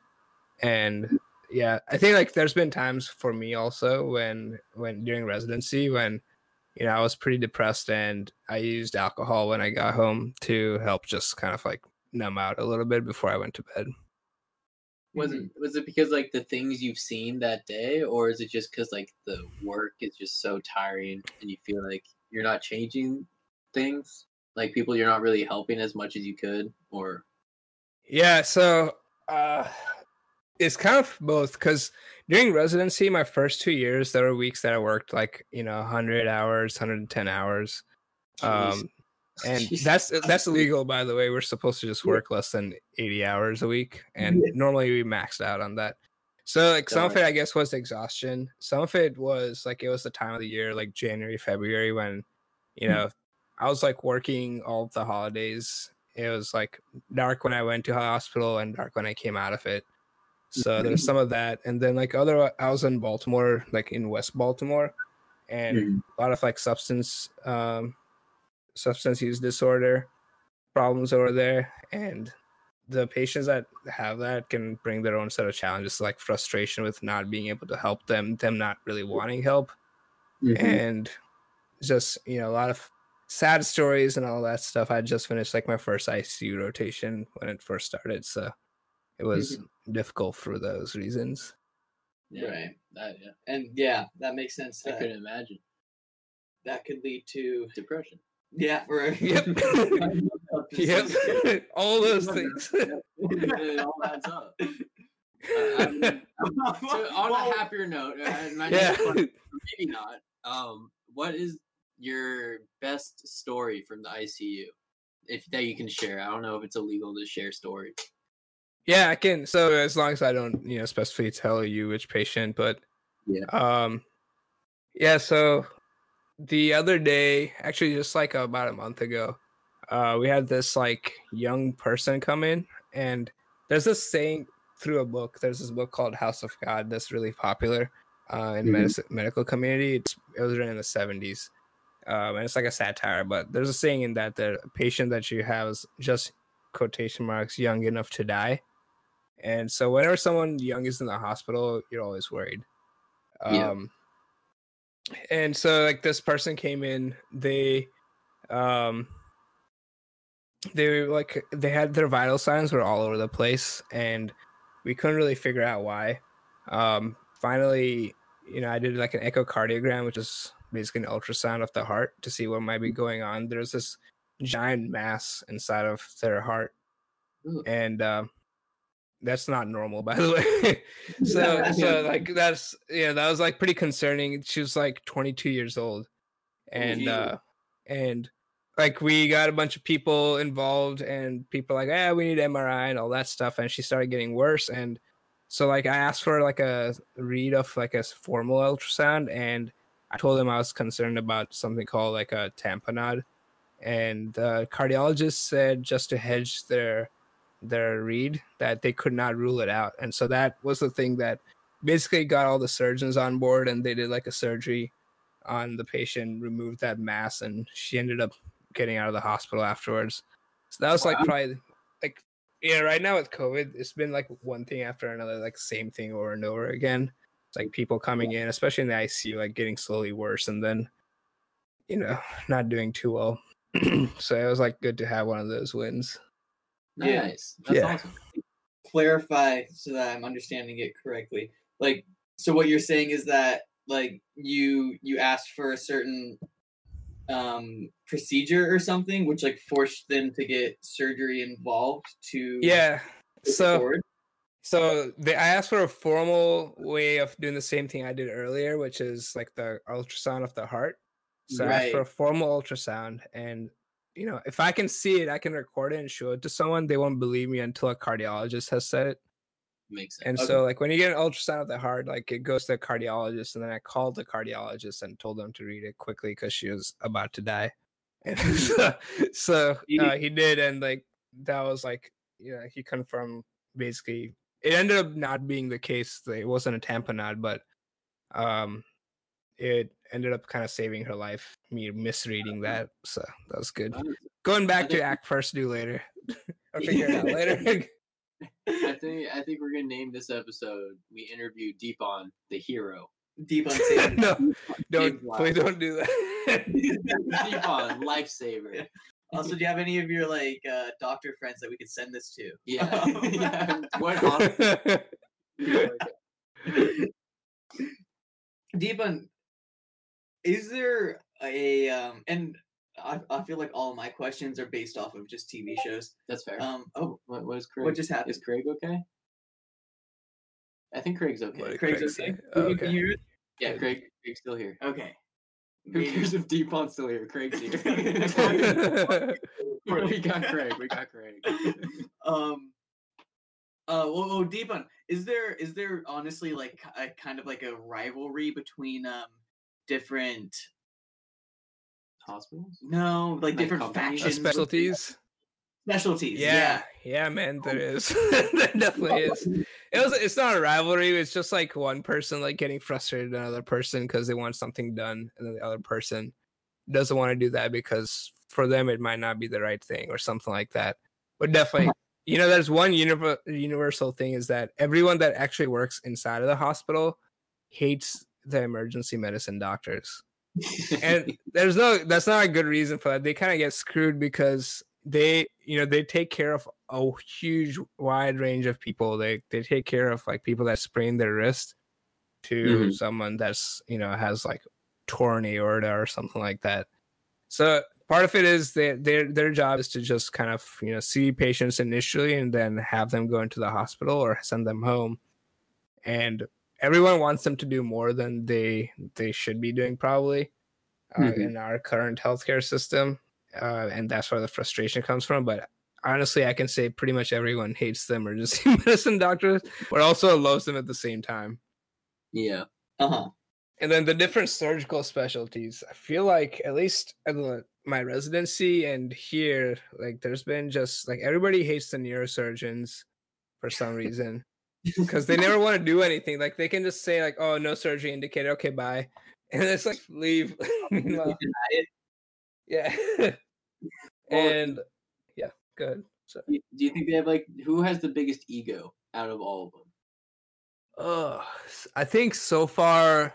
Speaker 6: And yeah, I think like there's been times for me also when when during residency when you know I was pretty depressed and I used alcohol when I got home to help just kind of like numb out a little bit before I went to bed.
Speaker 3: Was
Speaker 4: Mhm.
Speaker 3: it was it because like the things you've seen that day, or is it just because like the work is just so tiring and you feel like you're not changing things, like people you're not really helping as much as you could, or
Speaker 6: Yeah, so uh it's kind of both because during residency, my first two years, there were weeks that I worked like you know 100 hours, 110 hours,
Speaker 3: Jeez.
Speaker 6: um, and
Speaker 3: Jeez.
Speaker 6: that's that's illegal by the way. We're supposed to just
Speaker 4: Yeah.
Speaker 6: work less than 80 hours a week, and normally we maxed out on that. So like some of it,
Speaker 3: Darn.
Speaker 6: I guess, was exhaustion. Some of it was like it was the time of the year, like January, February, when you know I was like working all of the holidays. It was like dark when I went to hospital and dark when I came out of it. So there's some of that, and then like other, uh, I was in Baltimore, like in West Baltimore, and a lot of like substance, um, substance use disorder problems over there, and the patients that have that can bring their own set of challenges, like eh.
Speaker 3: Mm-hmm.
Speaker 6: frustration with not being able to help them, them not really wanting help, and It's just you know a lot of sad stories and all that stuff. I just finished like my first ICU rotation when it first started, so it was difficult for those reasons.
Speaker 3: Yeah,
Speaker 4: Mm-hmm. Right.
Speaker 3: that- yeah.
Speaker 4: And yeah, that makes sense.
Speaker 3: I
Speaker 4: That,
Speaker 3: couldn't imagine
Speaker 4: that could lead to
Speaker 3: depression.
Speaker 4: yeah, right.
Speaker 6: Yep. yep. all those things.
Speaker 3: it all adds up. I- So on a happier note, uh, my
Speaker 6: yeah.
Speaker 3: next one- maybe not. Um, what is your best story from the ICU? If that you can share, I don't know if it's illegal to share stories.
Speaker 6: Yeah, I can. So as long as I don't, you know, specifically tell you which patient, but
Speaker 3: Yeah.
Speaker 6: um, yeah. So the other day, actually, just like about a month ago, uh, we had this like young person come in, and there's this saying through a book. There's this book called House of God that's really popular uh, in
Speaker 3: Mhm.
Speaker 6: medicine, medical community. It's it was written in the '70s, um, and it's like a satire. But there's a saying in that the patient that you have is just quotation marks young enough to die. And so whenever someone young is in the hospital, you're always worried.
Speaker 3: Yeah.
Speaker 6: Um and so like this person came in, they um they were like they had their vital signs were all over the place and we couldn't really figure out why. Um finally, you know, I did like an echocardiogram, which is basically an ultrasound of the heart to see what
Speaker 3: Mm-hmm.
Speaker 6: might be going on. There's this giant mass inside of their heart,
Speaker 3: Ooh.
Speaker 6: and um, that's not normal, by the way. so, so like that's yeah, that was like pretty concerning. She was like 22 years old, and
Speaker 3: geez.
Speaker 6: uh, and like we got a bunch of people involved, and people like, ah, we need MRI and all that stuff, and she started getting worse, and so like I asked for like a read of like a s- formal ultrasound, and I told them I was concerned about something called like a tamponade and the cardiologist said just to hedge their their read that they could not rule it out and so that was the thing that basically got all the surgeons on board and they did like a surgery on the patient removed that mass and she ended up getting out of the hospital afterwards so that was like probably like yeah right now with covid it's been like one thing after another like same thing over and over again it's like people coming in especially in the icu like getting slowly worse and then you know not doing too well so it was like good to have one of those wins.
Speaker 4: Yeah.
Speaker 3: Nice. That's
Speaker 6: Yeah.
Speaker 3: awesome.
Speaker 4: clarify so that I'm understanding it correctly. Like, so what you're saying is that like you you asked for a certain um procedure or something, which like forced them to get surgery involved to
Speaker 6: Yeah.
Speaker 4: push it
Speaker 6: So
Speaker 4: forward?
Speaker 6: so they, I asked for a formal way of doing the same thing I did earlier, which is like the ultrasound of the heart. So I asked for
Speaker 4: Right.
Speaker 6: a formal ultrasound, and you know if I can see it, I can record it and show it to someone. They won't believe me until a cardiologist has said it.
Speaker 3: Makes sense.
Speaker 6: And so like when you get an ultrasound of the heart, like it goes to a cardiologist, and then I called the cardiologist and told them to read it quickly because she was about to die. And so, so, uh, he did, and like that was like you know he confirmed basically it ended up not being the case. that It wasn't a tamponade, but um, it ended up kind of saving her life. Me misreading that, so that was good. Going back to
Speaker 3: think-
Speaker 6: act first, do later. I'll figure it out later.
Speaker 3: I think I think we're gonna name this episode. We interview Deepon, the hero.
Speaker 4: deep unsavory.
Speaker 6: no, don't
Speaker 3: Wow.
Speaker 6: please don't do that.
Speaker 3: Deepon, lifesaver.
Speaker 4: also, do you have any of your like uh, doctor friends that we could send this to?
Speaker 3: Yeah. yeah. What hospital?
Speaker 4: Deepan, is there a um and I, I feel like all my questions are based off of just TV shows.
Speaker 3: That's fair.
Speaker 4: Um oh
Speaker 3: what, what is Craig?
Speaker 4: what just happened?
Speaker 3: is Craig okay? I think Craig's okay.
Speaker 6: What did
Speaker 4: Craig's
Speaker 6: Craig
Speaker 4: okay.
Speaker 6: say? Oh,
Speaker 4: You can
Speaker 6: okay.
Speaker 4: hear it?
Speaker 3: Yeah, Craig. Craig's still here.
Speaker 4: Okay.
Speaker 3: Who
Speaker 4: Maybe-
Speaker 3: cares if Deepon's still here? Craig's here. we got Craig. We got Craig.
Speaker 4: um uh well, well Deepan, is there is there honestly like k- a kind of like a rivalry between um different
Speaker 3: Hospitals?
Speaker 4: no like
Speaker 3: Like
Speaker 4: different
Speaker 3: companies?
Speaker 6: Uh,
Speaker 4: factions within
Speaker 6: specialties.
Speaker 4: specialties
Speaker 6: Yeah, yeah, man, there is. there definitely is. It was. It's not a rivalry. It's just like one person like getting frustrated at another person because they want something done, and then the other person doesn't want to do that because for them it might not be the right thing or something like that. But definitely, you know, there's one univer- universal thing is that everyone that actually works inside of the hospital hates the emergency medicine doctors. and there's no that's not a good reason for that. They kind of get screwed because they you know they take care of a huge wide range of people. They they take care of like people that sprain their wrist to
Speaker 3: Mhm.
Speaker 6: someone that's you know has like torn aorta or something like that. So part of it is they, their their job is to just kind of you know see patients initially and then have them go into the hospital or send them home. And everyone wants them to do more than they they should be doing probably uh,
Speaker 3: Mhm.
Speaker 6: in our current healthcare system uh, and that's where the frustration comes from but honestly i can say pretty much everyone hates the emergency medicine doctors but also loves them at the same time
Speaker 3: yeah.
Speaker 4: Uh huh.
Speaker 6: and then the different surgical specialties i feel like at least at the, my residency and here like there's been just like everybody hates the neurosurgeons for some reason because they never want to do anything like they can just say like oh no surgery indicated okay bye and it's like leave Meanwhile- yeah and yeah good so
Speaker 3: Do you think they have like who has the biggest ego out of all of them?
Speaker 6: uh, i think so far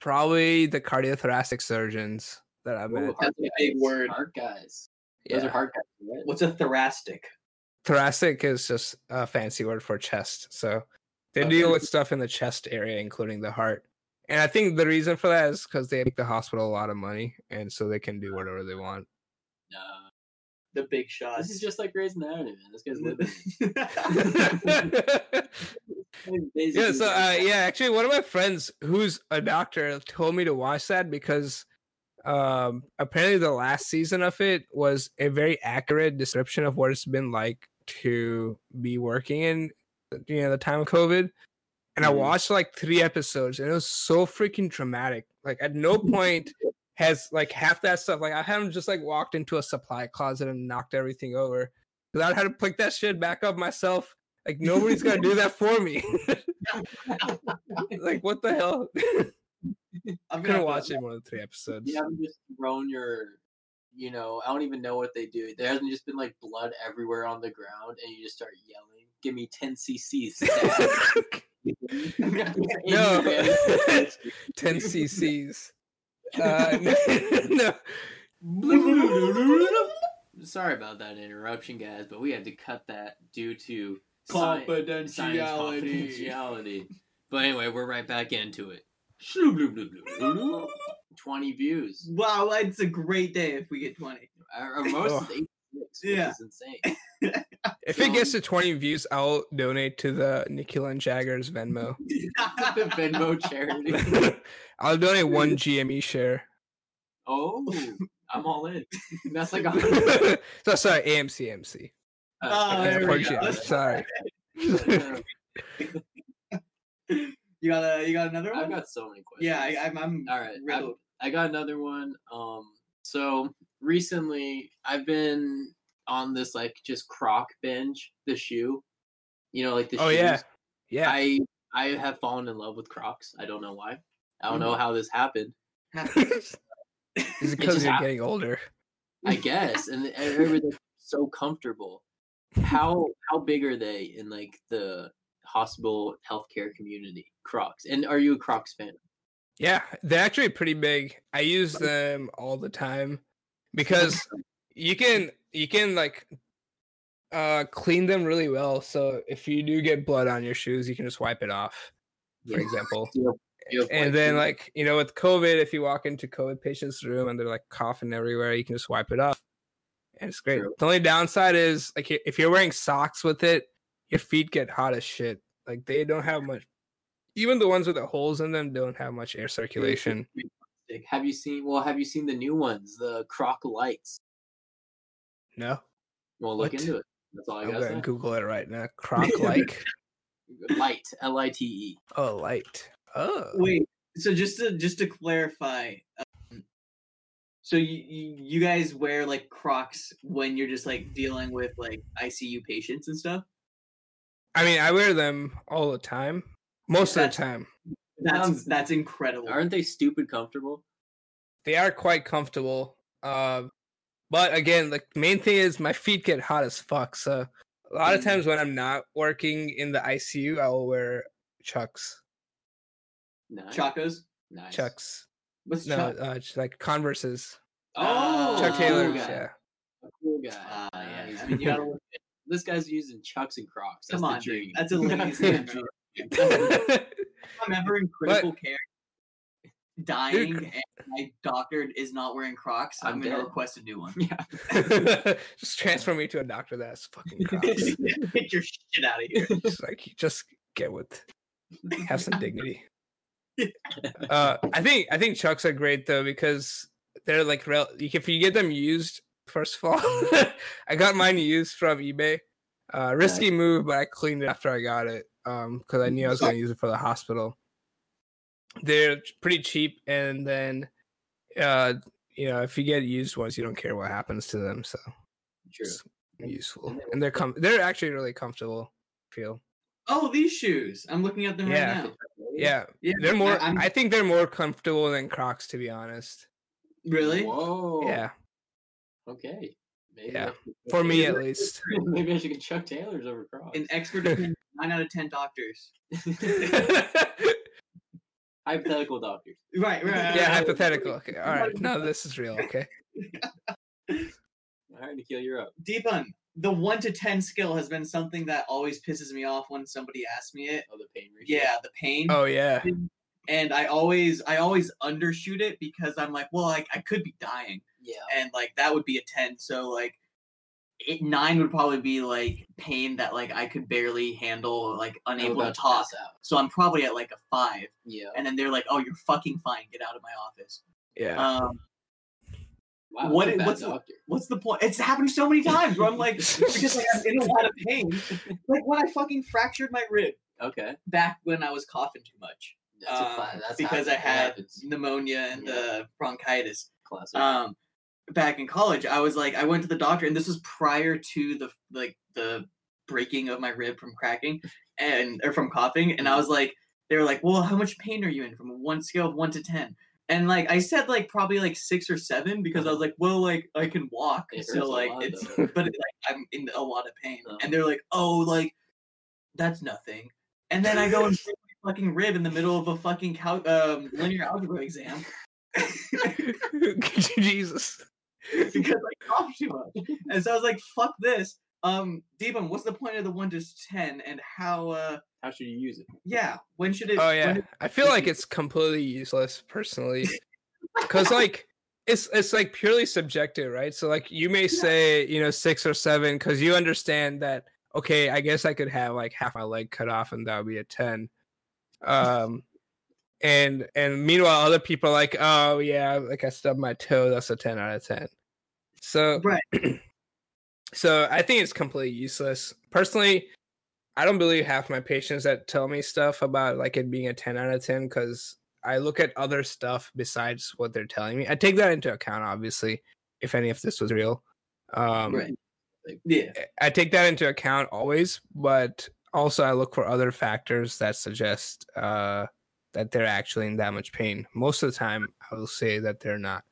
Speaker 6: probably the cardiothoracic surgeons that i've met
Speaker 4: That's a big word.
Speaker 3: Heart guys. Those
Speaker 6: yeah.
Speaker 3: are heart guys, right?
Speaker 4: What's a thoracic?
Speaker 6: thoracic is just a fancy word for chest. So they
Speaker 3: Okay.
Speaker 6: deal with stuff in the chest area, including the heart. And I think the reason for that is because they make the hospital a lot of money, and so they can do whatever they want.
Speaker 3: No.
Speaker 4: The big shots.
Speaker 3: This is just like raising the Avenue, man. This guy's living. it.
Speaker 6: yeah.
Speaker 3: Basically,
Speaker 6: So uh, yeah, actually, one of my friends who's a doctor told me to watch that because um, apparently the last season of it was a very accurate description of what it's been like to be working in you know the time of COVID. and I
Speaker 3: Mhm.
Speaker 6: watched like three episodes, and it was so freaking dramatic. Like at no point has like half that stuff. Like I haven't just like walked into a supply closet and knocked everything over because I had to pick that shit back up myself. Like nobody's gonna do that for me. like what the hell?
Speaker 4: I'm
Speaker 6: I'm
Speaker 4: gonna
Speaker 6: gonna
Speaker 4: have
Speaker 6: watch
Speaker 4: to,
Speaker 6: it more than three episodes.
Speaker 3: You haven't just thrown your, you know, I don't even know what they do. There hasn't just been like blood everywhere on the ground, and you just start yelling, "Give me 10 cc's." stat."
Speaker 6: No. 10 cc's. Uh, no.
Speaker 3: Sorry about that interruption, guys, but we had to cut that due to sci- science
Speaker 4: Confidentiality.
Speaker 3: confidentiality. But anyway, we're right back into it. 20 views.
Speaker 4: Wow, it's a great day if we get 20.
Speaker 3: Our, our most is
Speaker 6: Ugh.
Speaker 3: 86, which
Speaker 4: Yeah.
Speaker 3: is insane.
Speaker 6: If it gets to 20 views, I'll donate to the Nikhil and Jagger's Venmo.
Speaker 3: the Venmo charity.
Speaker 6: I'll donate one GME share.
Speaker 3: Oh, I'm all in. That's like a hundred.
Speaker 6: so sorry, AMC, AMC.
Speaker 4: Oh,
Speaker 6: Yeah,
Speaker 4: there
Speaker 6: poor
Speaker 4: we go.
Speaker 6: GME, Sorry.
Speaker 4: you got a you got another one?
Speaker 3: I've got so many questions.
Speaker 4: yeah, I, I'm, I'm
Speaker 3: All right, I-
Speaker 4: riddled.
Speaker 3: I got another one. Um, so recently I've been on this like just croc binge, the shoe. You know, like the
Speaker 6: Oh
Speaker 3: shoes.
Speaker 6: yeah, yeah.
Speaker 3: I I have fallen in love with Crocs. I don't know why. I
Speaker 6: Mm-hmm.
Speaker 3: don't know how this happened.
Speaker 6: Is it because
Speaker 3: just
Speaker 6: you're
Speaker 3: hap-
Speaker 6: getting older?
Speaker 3: I guess, and everything's so comfortable. How how big are they in like the hospital healthcare community? Crocs, and are you a Crocs fan?
Speaker 6: Yeah, they're actually pretty big. I use them all the time because you can you can like uh clean them really well. So if you do get blood on your shoes, you can just wipe it off. For
Speaker 3: Yeah.
Speaker 6: example.
Speaker 3: Do you have- do you have,
Speaker 6: and then
Speaker 3: the-
Speaker 6: like you know with covid if you walk into covid patients room and they're like coughing everywhere you can just wipe it off and it's great
Speaker 3: True.
Speaker 6: the only downside is like i- if you're wearing socks with it your feet get hot as shit like they don't have much even the ones with the holes in them don't have much air circulation
Speaker 3: like, have you seen? Well, have you seen the new ones, the Croc lights?
Speaker 6: no
Speaker 3: Well, look
Speaker 6: What?
Speaker 3: into it. That's all I
Speaker 6: i'm
Speaker 3: got.
Speaker 6: gonna
Speaker 3: to
Speaker 6: google it right now croc like
Speaker 3: say. Light, L I T E.
Speaker 6: oh light oh
Speaker 4: Wait, so just to just to clarify, um, so you you you guys wear like Crocs when you're just like dealing with like ICU patients and stuff?
Speaker 6: i mean i wear them all the time most of
Speaker 4: That's-
Speaker 6: the time
Speaker 4: That's
Speaker 3: Sounds-
Speaker 4: that's incredible.
Speaker 3: Aren't they stupid comfortable?
Speaker 6: they are quite comfortable. Uh, but again, the main thing is my feet get hot as fuck. So a lot of
Speaker 4: Mm.
Speaker 6: times when I'm not working in the ICU, I will wear chucks.
Speaker 3: Nice.
Speaker 4: Chacos?
Speaker 3: nice.
Speaker 6: Chucks.
Speaker 4: What's
Speaker 6: No,
Speaker 4: Chuck?
Speaker 6: uh, it's like Converse's.
Speaker 4: Oh,
Speaker 6: Chuck
Speaker 4: cool
Speaker 6: Taylor's.
Speaker 4: guy.
Speaker 6: Yeah.
Speaker 3: A cool guy.
Speaker 4: Ah, yeah.
Speaker 3: I mean, you gotta look at this guy's using Chucks and Crocs. That's
Speaker 4: Come
Speaker 3: the
Speaker 4: on,
Speaker 3: dream.
Speaker 4: dude. That's a lazy
Speaker 3: That's
Speaker 4: dream. If I'm ever in critical care, dying,
Speaker 6: Dude,
Speaker 4: and my doctor is not wearing Crocs, I'm,
Speaker 3: I'm
Speaker 4: gonna
Speaker 3: dead.
Speaker 4: request a new one.
Speaker 6: just transfer me to a doctor that's fucking cross.
Speaker 4: Get your shit out of here.
Speaker 6: just like just get with have some dignity. Uh, I think I think Chucks are great though because they're like rel- you can- if you get them used. First of all, I got mine used from eBay. Uh, risky move, but I cleaned it after I got it because I knew I was going to use it for the hospital. They're pretty cheap, and then uh, you know if you get used ones, you don't care what happens to them, so
Speaker 3: True.
Speaker 6: useful. And they're com- they're actually really comfortable. I Feel
Speaker 4: Oh, these shoes. I'm looking at them
Speaker 6: Yeah.
Speaker 4: right now.
Speaker 6: yeah,
Speaker 4: Yeah,
Speaker 6: They're more.
Speaker 4: I, am
Speaker 6: I, think they're more comfortable than Crocs, to be honest.
Speaker 4: really.
Speaker 3: Whoa.
Speaker 4: Oh.
Speaker 6: Yeah,
Speaker 3: Okay. Maybe I
Speaker 6: Yeah.
Speaker 3: should-
Speaker 6: for me at least.
Speaker 3: Maybe I should get Chuck Taylors over Crocs.
Speaker 4: An expert opinion, nine out of ten doctors.
Speaker 6: yeah,
Speaker 3: Hypothetical doctors.
Speaker 4: Right, right. right,
Speaker 3: Yeah,
Speaker 4: right.
Speaker 6: hypothetical. Okay, all right. No, this is real. Okay.
Speaker 3: All right, Nikhil, you're up.
Speaker 4: Deepun, the one to ten skill has been something that always pisses me off when somebody asks me it.
Speaker 3: Oh, the pain ratio.
Speaker 4: Yeah, the pain.
Speaker 6: Oh yeah.
Speaker 4: And I always, I always undershoot it because I'm like, well, I, I could be dying,
Speaker 3: Yeah.
Speaker 4: and like that would be a ten. So like, it, nine would probably be like pain that like I could barely handle, like
Speaker 3: I'm
Speaker 4: unable to
Speaker 3: about
Speaker 4: talk.
Speaker 3: pass out.
Speaker 4: So I'm probably at like a five.
Speaker 3: Yeah.
Speaker 4: And then they're like, oh, you're fucking fine. Get out of my office.
Speaker 6: Yeah.
Speaker 4: Um,
Speaker 3: Wow.
Speaker 4: What
Speaker 3: that's a
Speaker 4: it-
Speaker 3: bad
Speaker 4: what's the-
Speaker 3: doctor?
Speaker 4: what's the point? It's happened so many times where I'm like, because like, I'm in a lot of pain. Like when I fucking fractured my rib
Speaker 3: okay.
Speaker 4: back when I was coughing too much.
Speaker 3: That's a
Speaker 4: Um,
Speaker 3: fine. That's
Speaker 4: because
Speaker 3: happened.
Speaker 4: I
Speaker 3: That
Speaker 4: had
Speaker 3: happens.
Speaker 4: pneumonia and
Speaker 3: Yeah.
Speaker 4: uh, bronchitis.
Speaker 3: classic.
Speaker 4: Um, back in college, I was like, I went to the doctor, and this was prior to the like the breaking of my rib from cracking and or from coughing, and I
Speaker 3: Mm-hmm.
Speaker 4: was like, they were like, well, how much pain are you in from a one scale of one to ten? And like I said, like probably like six or seven because I was like, well, like I can walk,
Speaker 3: Uh-huh. It hurts
Speaker 4: so
Speaker 3: a
Speaker 4: like
Speaker 3: lot,
Speaker 4: it's
Speaker 3: though.
Speaker 4: but like I'm in a lot of pain.
Speaker 3: Oh.
Speaker 4: And they're like, oh, like that's nothing. And then I go and break my fucking rib in the middle of a fucking cal- um, linear algebra exam
Speaker 6: Jesus.
Speaker 4: because I coughed too much. And so I was like, fuck this. Um, Deepam, what's the point of the one to ten and how? uh
Speaker 3: How should you use it?
Speaker 4: Yeah, when should it?
Speaker 6: Oh
Speaker 4: when
Speaker 6: yeah.
Speaker 4: it-
Speaker 6: I feel like it's completely useless personally, because like. It's, it's like purely subjective, right? So like you may say, you know, six or seven, because you understand that okay, I guess I could have like half my leg cut off and that would be a 10. Um and and meanwhile other people are like, oh yeah, like I stubbed my toe, that's a 10 out of 10. So
Speaker 4: Right.
Speaker 6: so I think it's completely useless. Personally, I don't believe half my patients that tell me stuff about like it being a 10 out of 10 cuz I look at other stuff besides what they're telling me. I take that into account obviously if any of this was real. Um
Speaker 4: Right. yeah.
Speaker 6: I take that into account always, but also I look for other factors that suggest uh, that they're actually in that much pain. Most of the time, I will say that they're not.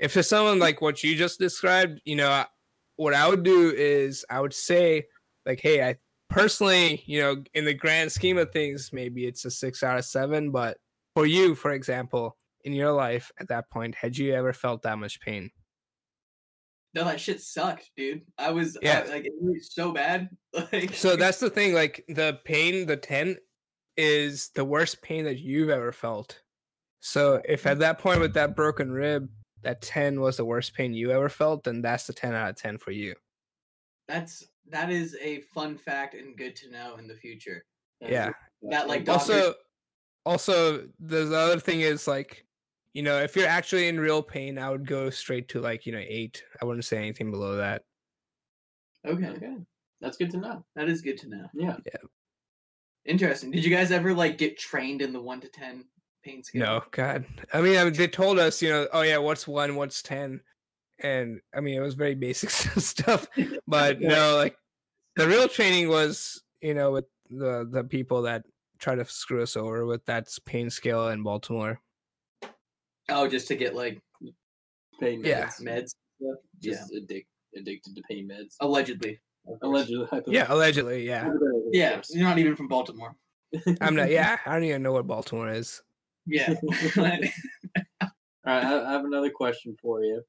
Speaker 6: If it's someone like what you just described, you know, I- what I would do is I would say, like, hey, I personally, you know, in the grand scheme of things, maybe it's a six out of seven, but for you, for example, in your life at that point, had you ever felt that much pain?
Speaker 4: No, that shit sucked, dude. I was yeah,
Speaker 6: Yeah.
Speaker 4: like it was so bad. Like
Speaker 6: so that's the thing like the pain the 10 is the worst pain that you've ever felt so if at that point with that broken rib that 10 was the worst pain you ever felt then that's the 10 out of 10 for you
Speaker 4: that's that is a fun fact and good to know in the future.
Speaker 6: yeah
Speaker 4: That like doctor,
Speaker 6: also also the the other thing is like you know if you're actually in real pain i would go straight to like you know eight i wouldn't say anything below that
Speaker 4: okay,
Speaker 3: Okay. That's good to know.
Speaker 4: that is good to know.
Speaker 3: Yeah.
Speaker 4: Interesting. Did you guys ever like get trained in the one to ten pain scale?
Speaker 6: no god i mean, I mean they told us you know oh yeah what's one what's 10 and i mean it was very basic stuff but
Speaker 4: Yeah.
Speaker 6: no like the real training was you know with the the people that try to screw us over with that s- pain scale in baltimore
Speaker 4: Oh, just to get like
Speaker 3: Pain
Speaker 6: Yeah.
Speaker 3: meds.
Speaker 4: meds.
Speaker 3: Just addic- addicted to pain meds.
Speaker 4: Allegedly. of course.
Speaker 3: Allegedly. hypo-
Speaker 6: yeah allegedly yeah
Speaker 3: hypothetically, of
Speaker 4: Yeah,
Speaker 3: course.
Speaker 4: you're not even from Baltimore.
Speaker 6: i'm not yeah i don't even know what baltimore is
Speaker 4: Yeah.
Speaker 3: All right, I I have another question for you.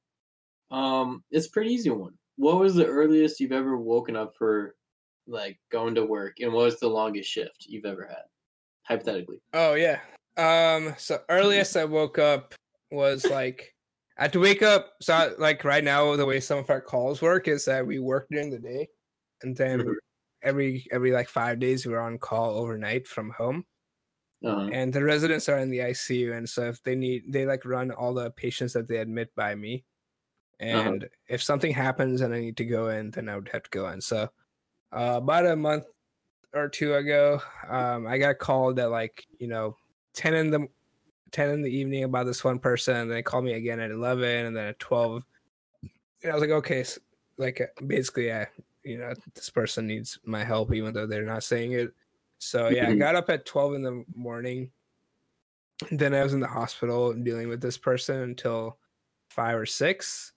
Speaker 3: Um, it's a pretty easy one. What was the earliest you've ever woken up for, like going to work, and what was the longest shift you've ever had, hypothetically?
Speaker 6: Oh yeah. Um. So earliest I woke up was like I had to wake up. So I- like right now, the way some of our calls work is that we work during the day, and then
Speaker 3: Mhm.
Speaker 6: every every like five days we're on call overnight from home.
Speaker 3: Uh-huh.
Speaker 6: And the residents are in the ICU, and so if they need, they like run all the patients that they admit by me. And if something happens and I need to go in, then I would have to go in. So uh, about a month or two ago, um, I got called at like you know ten in the ten in the evening about this one person, and then they called me again at eleven, and then at twelve. And I was like, okay, s like uh, basically, I you know this person needs my help, even though they're not saying it. So yeah, I
Speaker 3: Mhm.
Speaker 6: got up at twelve in the morning. Then I was in the hospital dealing with this person until five or six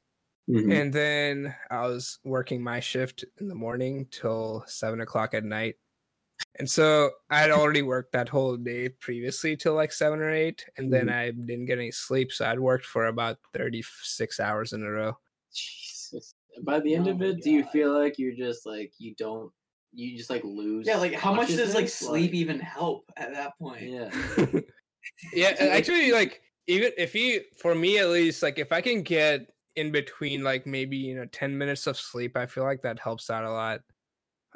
Speaker 3: Mhm.
Speaker 6: and then I was working my shift in the morning till seven o'clock at night. And so I had already worked that whole day previously till like seven or eight, and then
Speaker 3: Mhm.
Speaker 6: I didn't get any sleep, so I'd worked for about thirty-six hours in a row.
Speaker 3: Jesus. By the end
Speaker 4: Oh
Speaker 3: of
Speaker 4: my
Speaker 3: it, do you
Speaker 4: God.
Speaker 3: feel like you're just like you don't, you just like lose?
Speaker 4: Yeah, like how much does like
Speaker 3: consciousness?
Speaker 4: sleep even help at that point?
Speaker 3: Yeah.
Speaker 6: yeah,
Speaker 4: Do
Speaker 6: and
Speaker 4: you-
Speaker 6: actually, like even if you, for me at least, like if I can get in between, like maybe you know ten minutes of sleep, I feel like that helps out a lot.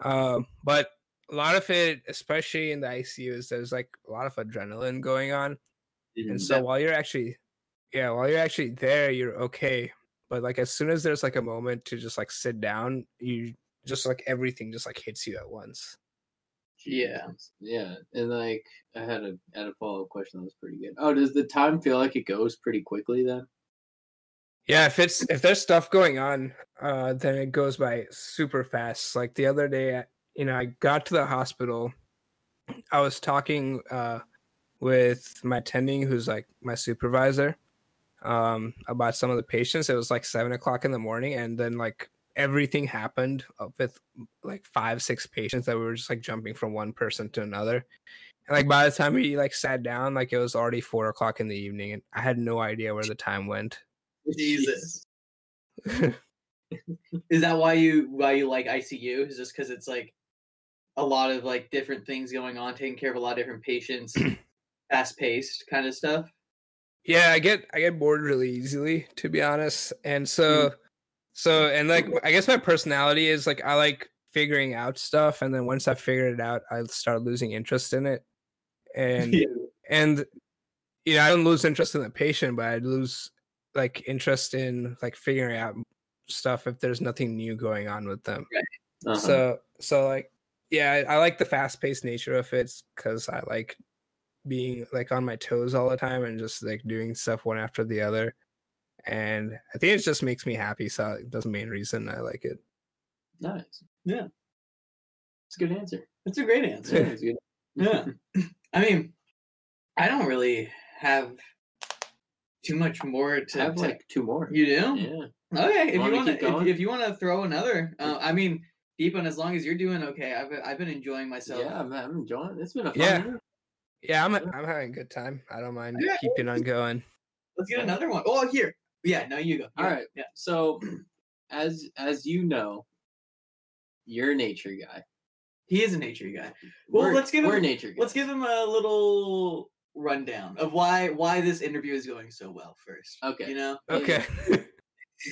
Speaker 6: Um, but a lot of it, especially in the ICU, is there's like a lot of adrenaline going on. And
Speaker 3: Mhm.
Speaker 6: so while you're actually, yeah, while you're actually there, you're okay. But like as soon as there's like a moment to just like sit down, you just like everything just like hits you at once.
Speaker 4: Yeah.
Speaker 3: Jesus. Yeah. And like I had a had a follow up question that was pretty good. Oh, does the time feel like it goes pretty quickly then?
Speaker 6: Yeah, if it's if there's stuff going on, uh, then it goes by super fast. Like the other day, I- you know, I got to the hospital. I was talking uh, with my attending, who's like my supervisor, um, about some of the patients. It was like seven o'clock in the morning, and then like everything happened uh, with like five, six patients that we were just like jumping from one person to another. And like by the time we like sat down, like it was already four o'clock in the evening, and I had no idea where the time went.
Speaker 4: Jesus. Is that why you why you like ICU? Is just because it's like a lot of like different things going on, taking care of a lot of different patients, fast paced kind of stuff?
Speaker 6: yeah i get i get bored really easily to be honest and so so and like i guess my personality is like i like figuring out stuff and then once i figure it out i start losing interest in it and and you know i don't lose interest in the patient but i lose like interest in like figuring out stuff if there's nothing new going on with them
Speaker 3: Uh-huh.
Speaker 6: so so like yeah i, I like the fast-paced nature of it because i like being like on my toes all the time and just like doing stuff one after the other and i think it just makes me happy so that's the main reason i like it
Speaker 3: nice.
Speaker 4: Yeah.
Speaker 3: It's a good answer.
Speaker 4: That's a great
Speaker 3: Yeah,
Speaker 4: answer.
Speaker 3: it's good.
Speaker 4: yeah. I mean, I don't really have too much more to,
Speaker 3: I have
Speaker 4: to-
Speaker 3: like two more.
Speaker 4: you do?
Speaker 3: Yeah.
Speaker 4: Okay, if you
Speaker 3: Wanna
Speaker 4: want
Speaker 3: keep
Speaker 4: to, if,
Speaker 3: going?
Speaker 4: if you want to throw another, uh, I mean, Deepon, as long as you're doing okay, I've I've been enjoying myself.
Speaker 3: yeah, I'm, I'm enjoying it. It's been a fun
Speaker 6: Yeah.
Speaker 3: year.
Speaker 6: yeah i'm, I'm having a good time i don't mind
Speaker 4: Yeah.
Speaker 6: keeping on going
Speaker 4: Let's get another one. Oh, here. Yeah, no, you go.
Speaker 3: All
Speaker 4: Yeah,
Speaker 3: right.
Speaker 4: Yeah.
Speaker 3: So as as you know, you're a nature guy.
Speaker 4: He is a nature guy. Well,
Speaker 3: We're-
Speaker 4: let's give
Speaker 3: we're
Speaker 4: him-
Speaker 3: nature guys.
Speaker 4: Let's give him a little rundown of why why this interview is going so well first.
Speaker 3: Okay.
Speaker 4: You know,
Speaker 3: Yeah,
Speaker 6: okay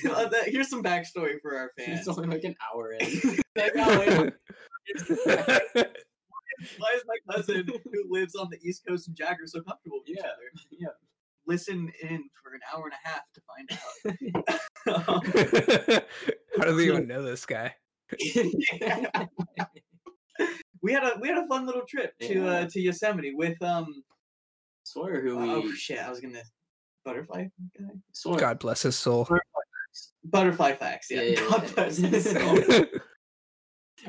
Speaker 4: Uh, that- here's some backstory for our fans.
Speaker 3: It's only like an hour in.
Speaker 4: Like, oh, wait, why is my cousin who lives on the East Coast and Jagger so comfortable with each
Speaker 3: Yeah,
Speaker 4: other?
Speaker 3: yeah.
Speaker 4: Listen in for an hour and a half to find out. Um,
Speaker 6: how do they even know this guy
Speaker 4: we had a we had a fun little trip to uh,
Speaker 3: Yeah.
Speaker 4: to Yosemite with um
Speaker 3: Sawyer, who we
Speaker 4: oh shit I was gonna butterfly guy?
Speaker 3: Sawyer.
Speaker 6: god bless his soul
Speaker 4: butterfly facts yeah,
Speaker 3: Yeah, yeah,
Speaker 4: God
Speaker 3: yeah.
Speaker 4: bless his soul.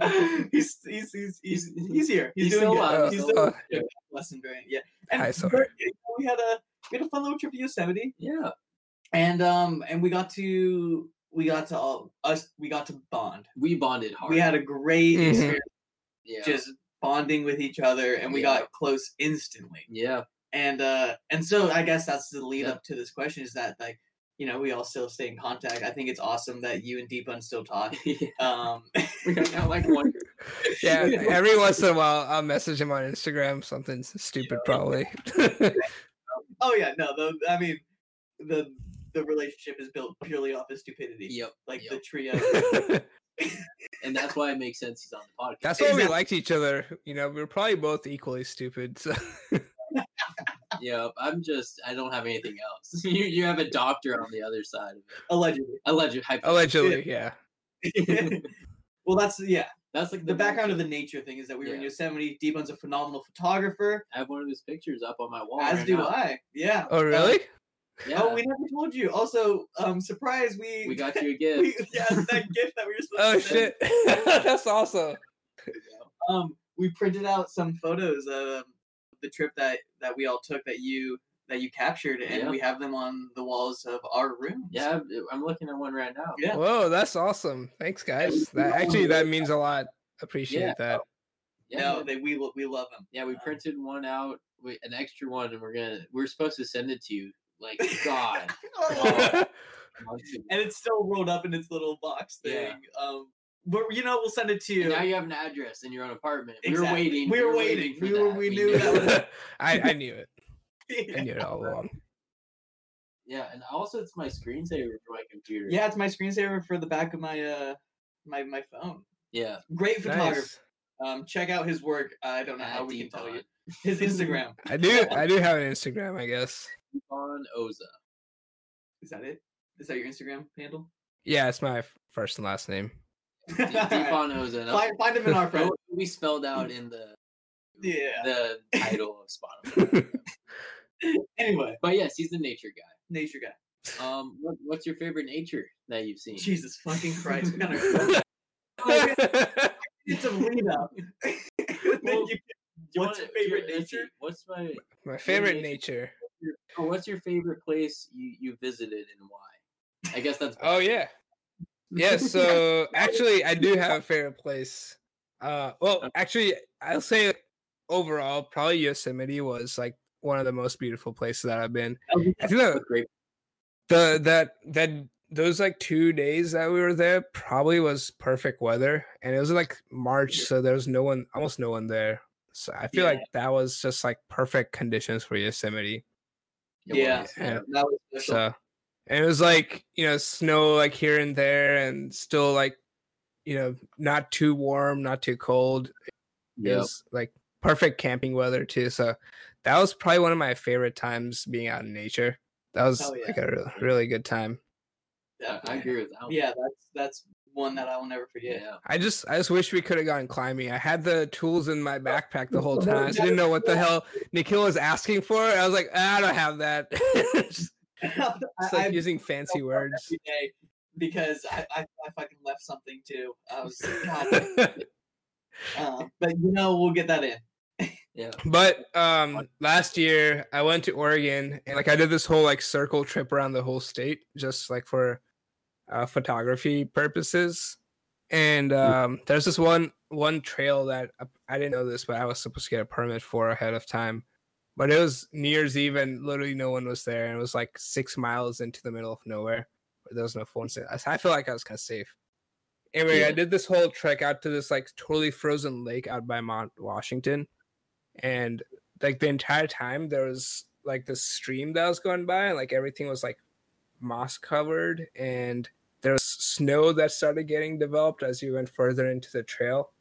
Speaker 4: he's, he's he's he's he's here he's,
Speaker 3: He's
Speaker 4: doing
Speaker 3: still
Speaker 4: good.
Speaker 3: alive,
Speaker 4: he's
Speaker 6: he's
Speaker 4: still
Speaker 6: still
Speaker 4: alive.
Speaker 6: alive.
Speaker 4: Yeah, God bless him, Dorian, yeah and
Speaker 6: Hi, Sawyer.
Speaker 4: Bert, you know, we had a we had a fun little trip to Yosemite
Speaker 3: Yeah.
Speaker 4: and um and we got to we got to all us we got to bond
Speaker 3: We bonded hard. Mm-hmm.
Speaker 4: we had a great
Speaker 6: Mhm.
Speaker 4: experience
Speaker 3: yeah.
Speaker 4: just bonding with each other and we
Speaker 3: Yeah.
Speaker 4: got close instantly
Speaker 3: yeah.
Speaker 4: and uh and so i guess that's the lead up to this question is that like you know we all still stay in contact i think it's awesome that you and deepun still talk
Speaker 3: yeah.
Speaker 4: um
Speaker 3: We hung out like one.
Speaker 6: Yeah, every once in a while I'll message him on Instagram, something s- stupid probably.
Speaker 4: oh yeah no the i mean the the relationship is built purely off of stupidity
Speaker 3: Yep.
Speaker 4: like
Speaker 3: yep.
Speaker 4: the trio
Speaker 3: and that's why it makes sense he's on the podcast.
Speaker 6: That's why we
Speaker 4: Exactly.
Speaker 6: liked each other. You know, we were probably both equally stupid. So.
Speaker 3: Yep. I'm just. I don't have anything else. you you have a doctor on the other side of it.
Speaker 4: allegedly
Speaker 3: Alleged. hypothetical.
Speaker 6: Allegedly, yeah.
Speaker 4: well that's yeah
Speaker 3: That's like
Speaker 4: the background of
Speaker 3: most-
Speaker 4: the nature thing is that we were in
Speaker 3: Yeah.
Speaker 4: yosemite deepun's a phenomenal photographer
Speaker 3: I have one of his pictures up on my wall.
Speaker 4: as
Speaker 3: Oh, right
Speaker 4: do
Speaker 3: now.
Speaker 4: i yeah
Speaker 6: Oh,
Speaker 4: Uh,
Speaker 6: really?
Speaker 3: Yeah.
Speaker 4: oh we never told you also um surprise we
Speaker 3: we got you a gift.
Speaker 4: we, yeah, that gift that we were supposed
Speaker 6: Oh,
Speaker 4: to send.
Speaker 6: shit. That's awesome.
Speaker 4: um we printed out some photos of the trip that that we all took that you that you captured and
Speaker 3: Yeah.
Speaker 4: we have them on the walls of our rooms
Speaker 3: Yeah, I'm- I'm looking at one right now.
Speaker 4: Yeah.
Speaker 6: Whoa, that's awesome. Thanks, guys. That actually that means a lot. Appreciate
Speaker 3: Yeah.
Speaker 6: that.
Speaker 3: Yeah,
Speaker 4: no they we lo- we love them
Speaker 3: yeah, we printed one out, we, an extra one, and we're gonna we're supposed to send it to you. Like God, Wow.
Speaker 4: Um, and it's still rolled up in its little box
Speaker 3: Yeah.
Speaker 4: thing um but you know we'll send it to you
Speaker 3: And now you have an address in your own apartment. We were
Speaker 4: Exactly.
Speaker 3: waiting.
Speaker 4: We were waiting.
Speaker 3: for
Speaker 4: We were-
Speaker 3: that.
Speaker 4: we knew that was-
Speaker 6: I, I knew it. I knew it all along.
Speaker 3: Yeah, and also it's my screensaver for my computer.
Speaker 4: yeah it's my screensaver for the back of my uh my my phone
Speaker 3: yeah.
Speaker 4: great photographer
Speaker 6: Nice.
Speaker 4: um check out his work i don't know how
Speaker 3: at
Speaker 4: we can tell you
Speaker 3: Deepon.
Speaker 4: his instagram
Speaker 6: I do I do have an Instagram, I guess.
Speaker 3: Deepon Oza.
Speaker 4: is that it is that your instagram handle
Speaker 6: Yeah, it's my f- first and last name.
Speaker 3: De- Deepon Oza. and
Speaker 4: find, find him in our
Speaker 3: I'll-
Speaker 4: friend.
Speaker 3: it'll be spelled out in the
Speaker 4: Yeah.
Speaker 3: the title of Spotify.
Speaker 4: Anyway,
Speaker 3: but yes, he's the nature guy.
Speaker 4: nature guy.
Speaker 3: Um, what, what's your favorite nature that you've seen?
Speaker 4: Jesus fucking Christ! We gotta Oh, it's a lead up.
Speaker 3: Well, Do you
Speaker 4: What's your
Speaker 3: wanna- do
Speaker 4: favorite
Speaker 3: let's see,
Speaker 4: nature?
Speaker 3: What's my?
Speaker 6: my favorite nature.
Speaker 3: Oh, what's your favorite place you you visited and why? I guess that's.
Speaker 6: Oh yeah. Yeah, so actually I do have a favorite place. Uh well, actually I'll say overall probably Yosemite was like one of the most beautiful places that I've been. I think the,
Speaker 3: great.
Speaker 6: the that that those like two days that we were there probably was perfect weather and it was like march so there was no one almost no one there so i feel
Speaker 4: Yeah.
Speaker 6: like that was just like perfect conditions for yosemite
Speaker 3: It
Speaker 4: Yeah.
Speaker 3: was,
Speaker 6: Yeah.
Speaker 4: That was special.
Speaker 6: so and it was like you know snow like here and there and still like you know not too warm not too cold it
Speaker 3: Yep.
Speaker 6: was like perfect camping weather too so that was probably one of my favorite times being out in nature that was
Speaker 4: Hell yeah.
Speaker 6: like a re- really good time
Speaker 3: Yeah, I
Speaker 4: Definitely.
Speaker 3: agree with that. one.
Speaker 4: Yeah, that's that's one that I will never forget.
Speaker 3: Yeah.
Speaker 6: I just I just wish we could have gone climbing. I had the tools in my backpack the whole time. I just didn't know what the hell Nikhil was asking for. I was like, "Ah, I don't have that. It's
Speaker 4: I,
Speaker 6: like
Speaker 4: I
Speaker 6: using fancy words.
Speaker 4: every day because I, I I fucking left something too. I was like, God.
Speaker 6: but
Speaker 4: uh, but you know we'll get that in.
Speaker 6: um last year I went to Oregon and like I did this whole like circle trip around the whole state just like for uh photography purposes. And um there's this one one trail that I didn't know this but I was supposed to get a permit for ahead of time. but it was New Year's Eve and literally no one was there. And it was like six miles into the middle of nowhere where there was no phone. signal. I feel like I was kind of safe. Anyway, I
Speaker 3: Yeah.
Speaker 6: did this whole trek out to this like totally frozen lake out by Mount Washington. And like the entire time there was like this stream that was going by and like everything was like moss covered and there was snow that started getting developed as you went further into the trail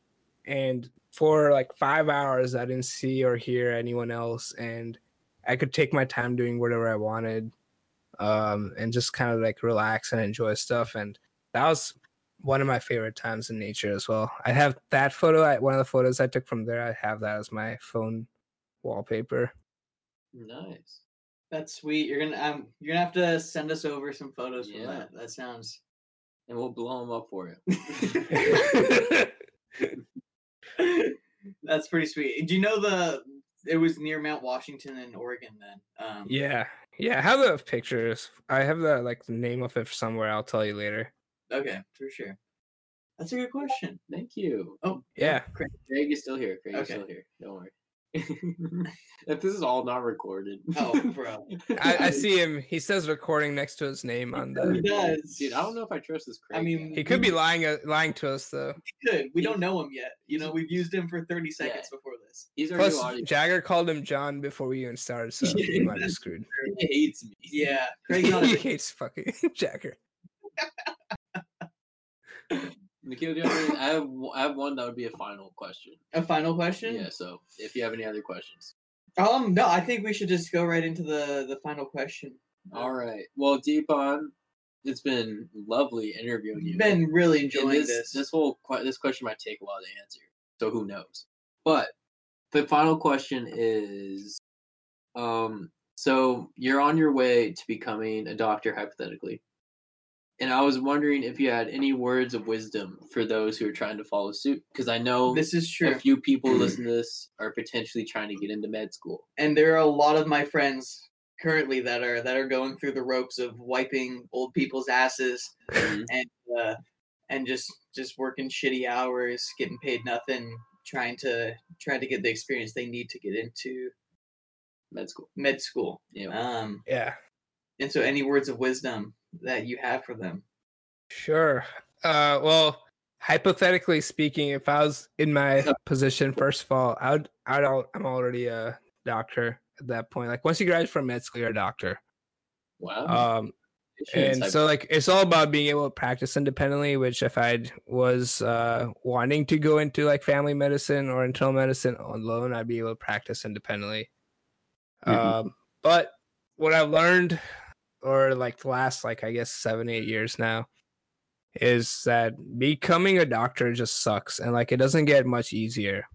Speaker 6: and for like five hours i didn't see or hear anyone else and i could take my time doing whatever i wanted um and just kind of like relax and enjoy stuff and that was one of my favorite times in nature as well i have that photo I, one of the photos i took from there i have that as my phone wallpaper
Speaker 3: Nice.
Speaker 4: That's sweet. You're gonna um, you're gonna have to send us over some photos
Speaker 3: Yeah.
Speaker 4: from that. That sounds.
Speaker 3: And we'll blow him up for you.
Speaker 4: That's pretty sweet. Do you know the? It was near Mount Washington in Oregon then. Um,
Speaker 6: yeah yeah i have the pictures i have the like the name of it somewhere i'll tell you later
Speaker 4: Okay, for sure. That's a good question.
Speaker 3: Thank you.
Speaker 4: Oh,
Speaker 6: yeah
Speaker 3: Craig is still here. Craig is
Speaker 4: Okay.
Speaker 3: still here. Don't worry. if this is all not recorded.
Speaker 4: Oh, bro.
Speaker 6: I, I see him. He says recording next to his name on
Speaker 4: He
Speaker 6: the.
Speaker 4: does.
Speaker 3: Dude, I don't know if I trust this Craig.
Speaker 4: I mean,
Speaker 6: He could be lying uh, lying to us though.
Speaker 4: Good. We don't know him yet. You know, we've used him for 30 seconds before this.
Speaker 3: he's our new
Speaker 6: Plus,
Speaker 3: audience.
Speaker 6: Jagger called him John before we even started, so he might be screwed.
Speaker 3: He hates me.
Speaker 4: Yeah. Craig's not a
Speaker 6: he
Speaker 4: big
Speaker 6: hates fucking Jagger.
Speaker 3: Nikhil, do you have any- I have w- I have one that would be a final question.
Speaker 4: A final question?
Speaker 3: Yeah. So if you have any other questions,
Speaker 4: Um, no, I think we should just go right into the the final question.
Speaker 3: all right. Well, Deepon, it's been lovely interviewing you.
Speaker 4: Been really
Speaker 3: And
Speaker 4: enjoying
Speaker 3: this,
Speaker 4: this.
Speaker 3: This whole que- this question might take a while to answer, so who knows? But the final question is, um, so you're on your way to becoming a doctor, hypothetically, and I was wondering if you had any words of wisdom for those who are trying to follow suit, because I know
Speaker 4: This is true.
Speaker 3: a few people listening to this are potentially trying to get into med school.
Speaker 4: and there are a lot of my friends currently that are that are going through the ropes of wiping old people's asses
Speaker 3: Mhm.
Speaker 4: and uh, and just just working shitty hours, getting paid nothing, trying to trying to get the experience they need to get into
Speaker 3: med school.
Speaker 4: med school.
Speaker 3: Yeah.
Speaker 4: Um,
Speaker 6: Yeah,
Speaker 4: and so, any words of wisdom that you have for them?
Speaker 6: sure. Uh, well, hypothetically speaking, if I was in my position, first of all, I would, I'd al- I'm already a doctor at that point. Like once you graduate from med school, you're a doctor.
Speaker 3: wow.
Speaker 6: Um,
Speaker 3: Insurance
Speaker 6: and
Speaker 3: type-
Speaker 6: so like it's all about being able to practice independently which if i was uh wanting to go into like family medicine or internal medicine alone i'd be able to practice independently
Speaker 3: Mhm.
Speaker 6: um but what i've learned or like the last like i guess seven eight years now is that becoming a doctor just sucks and like it doesn't get much easier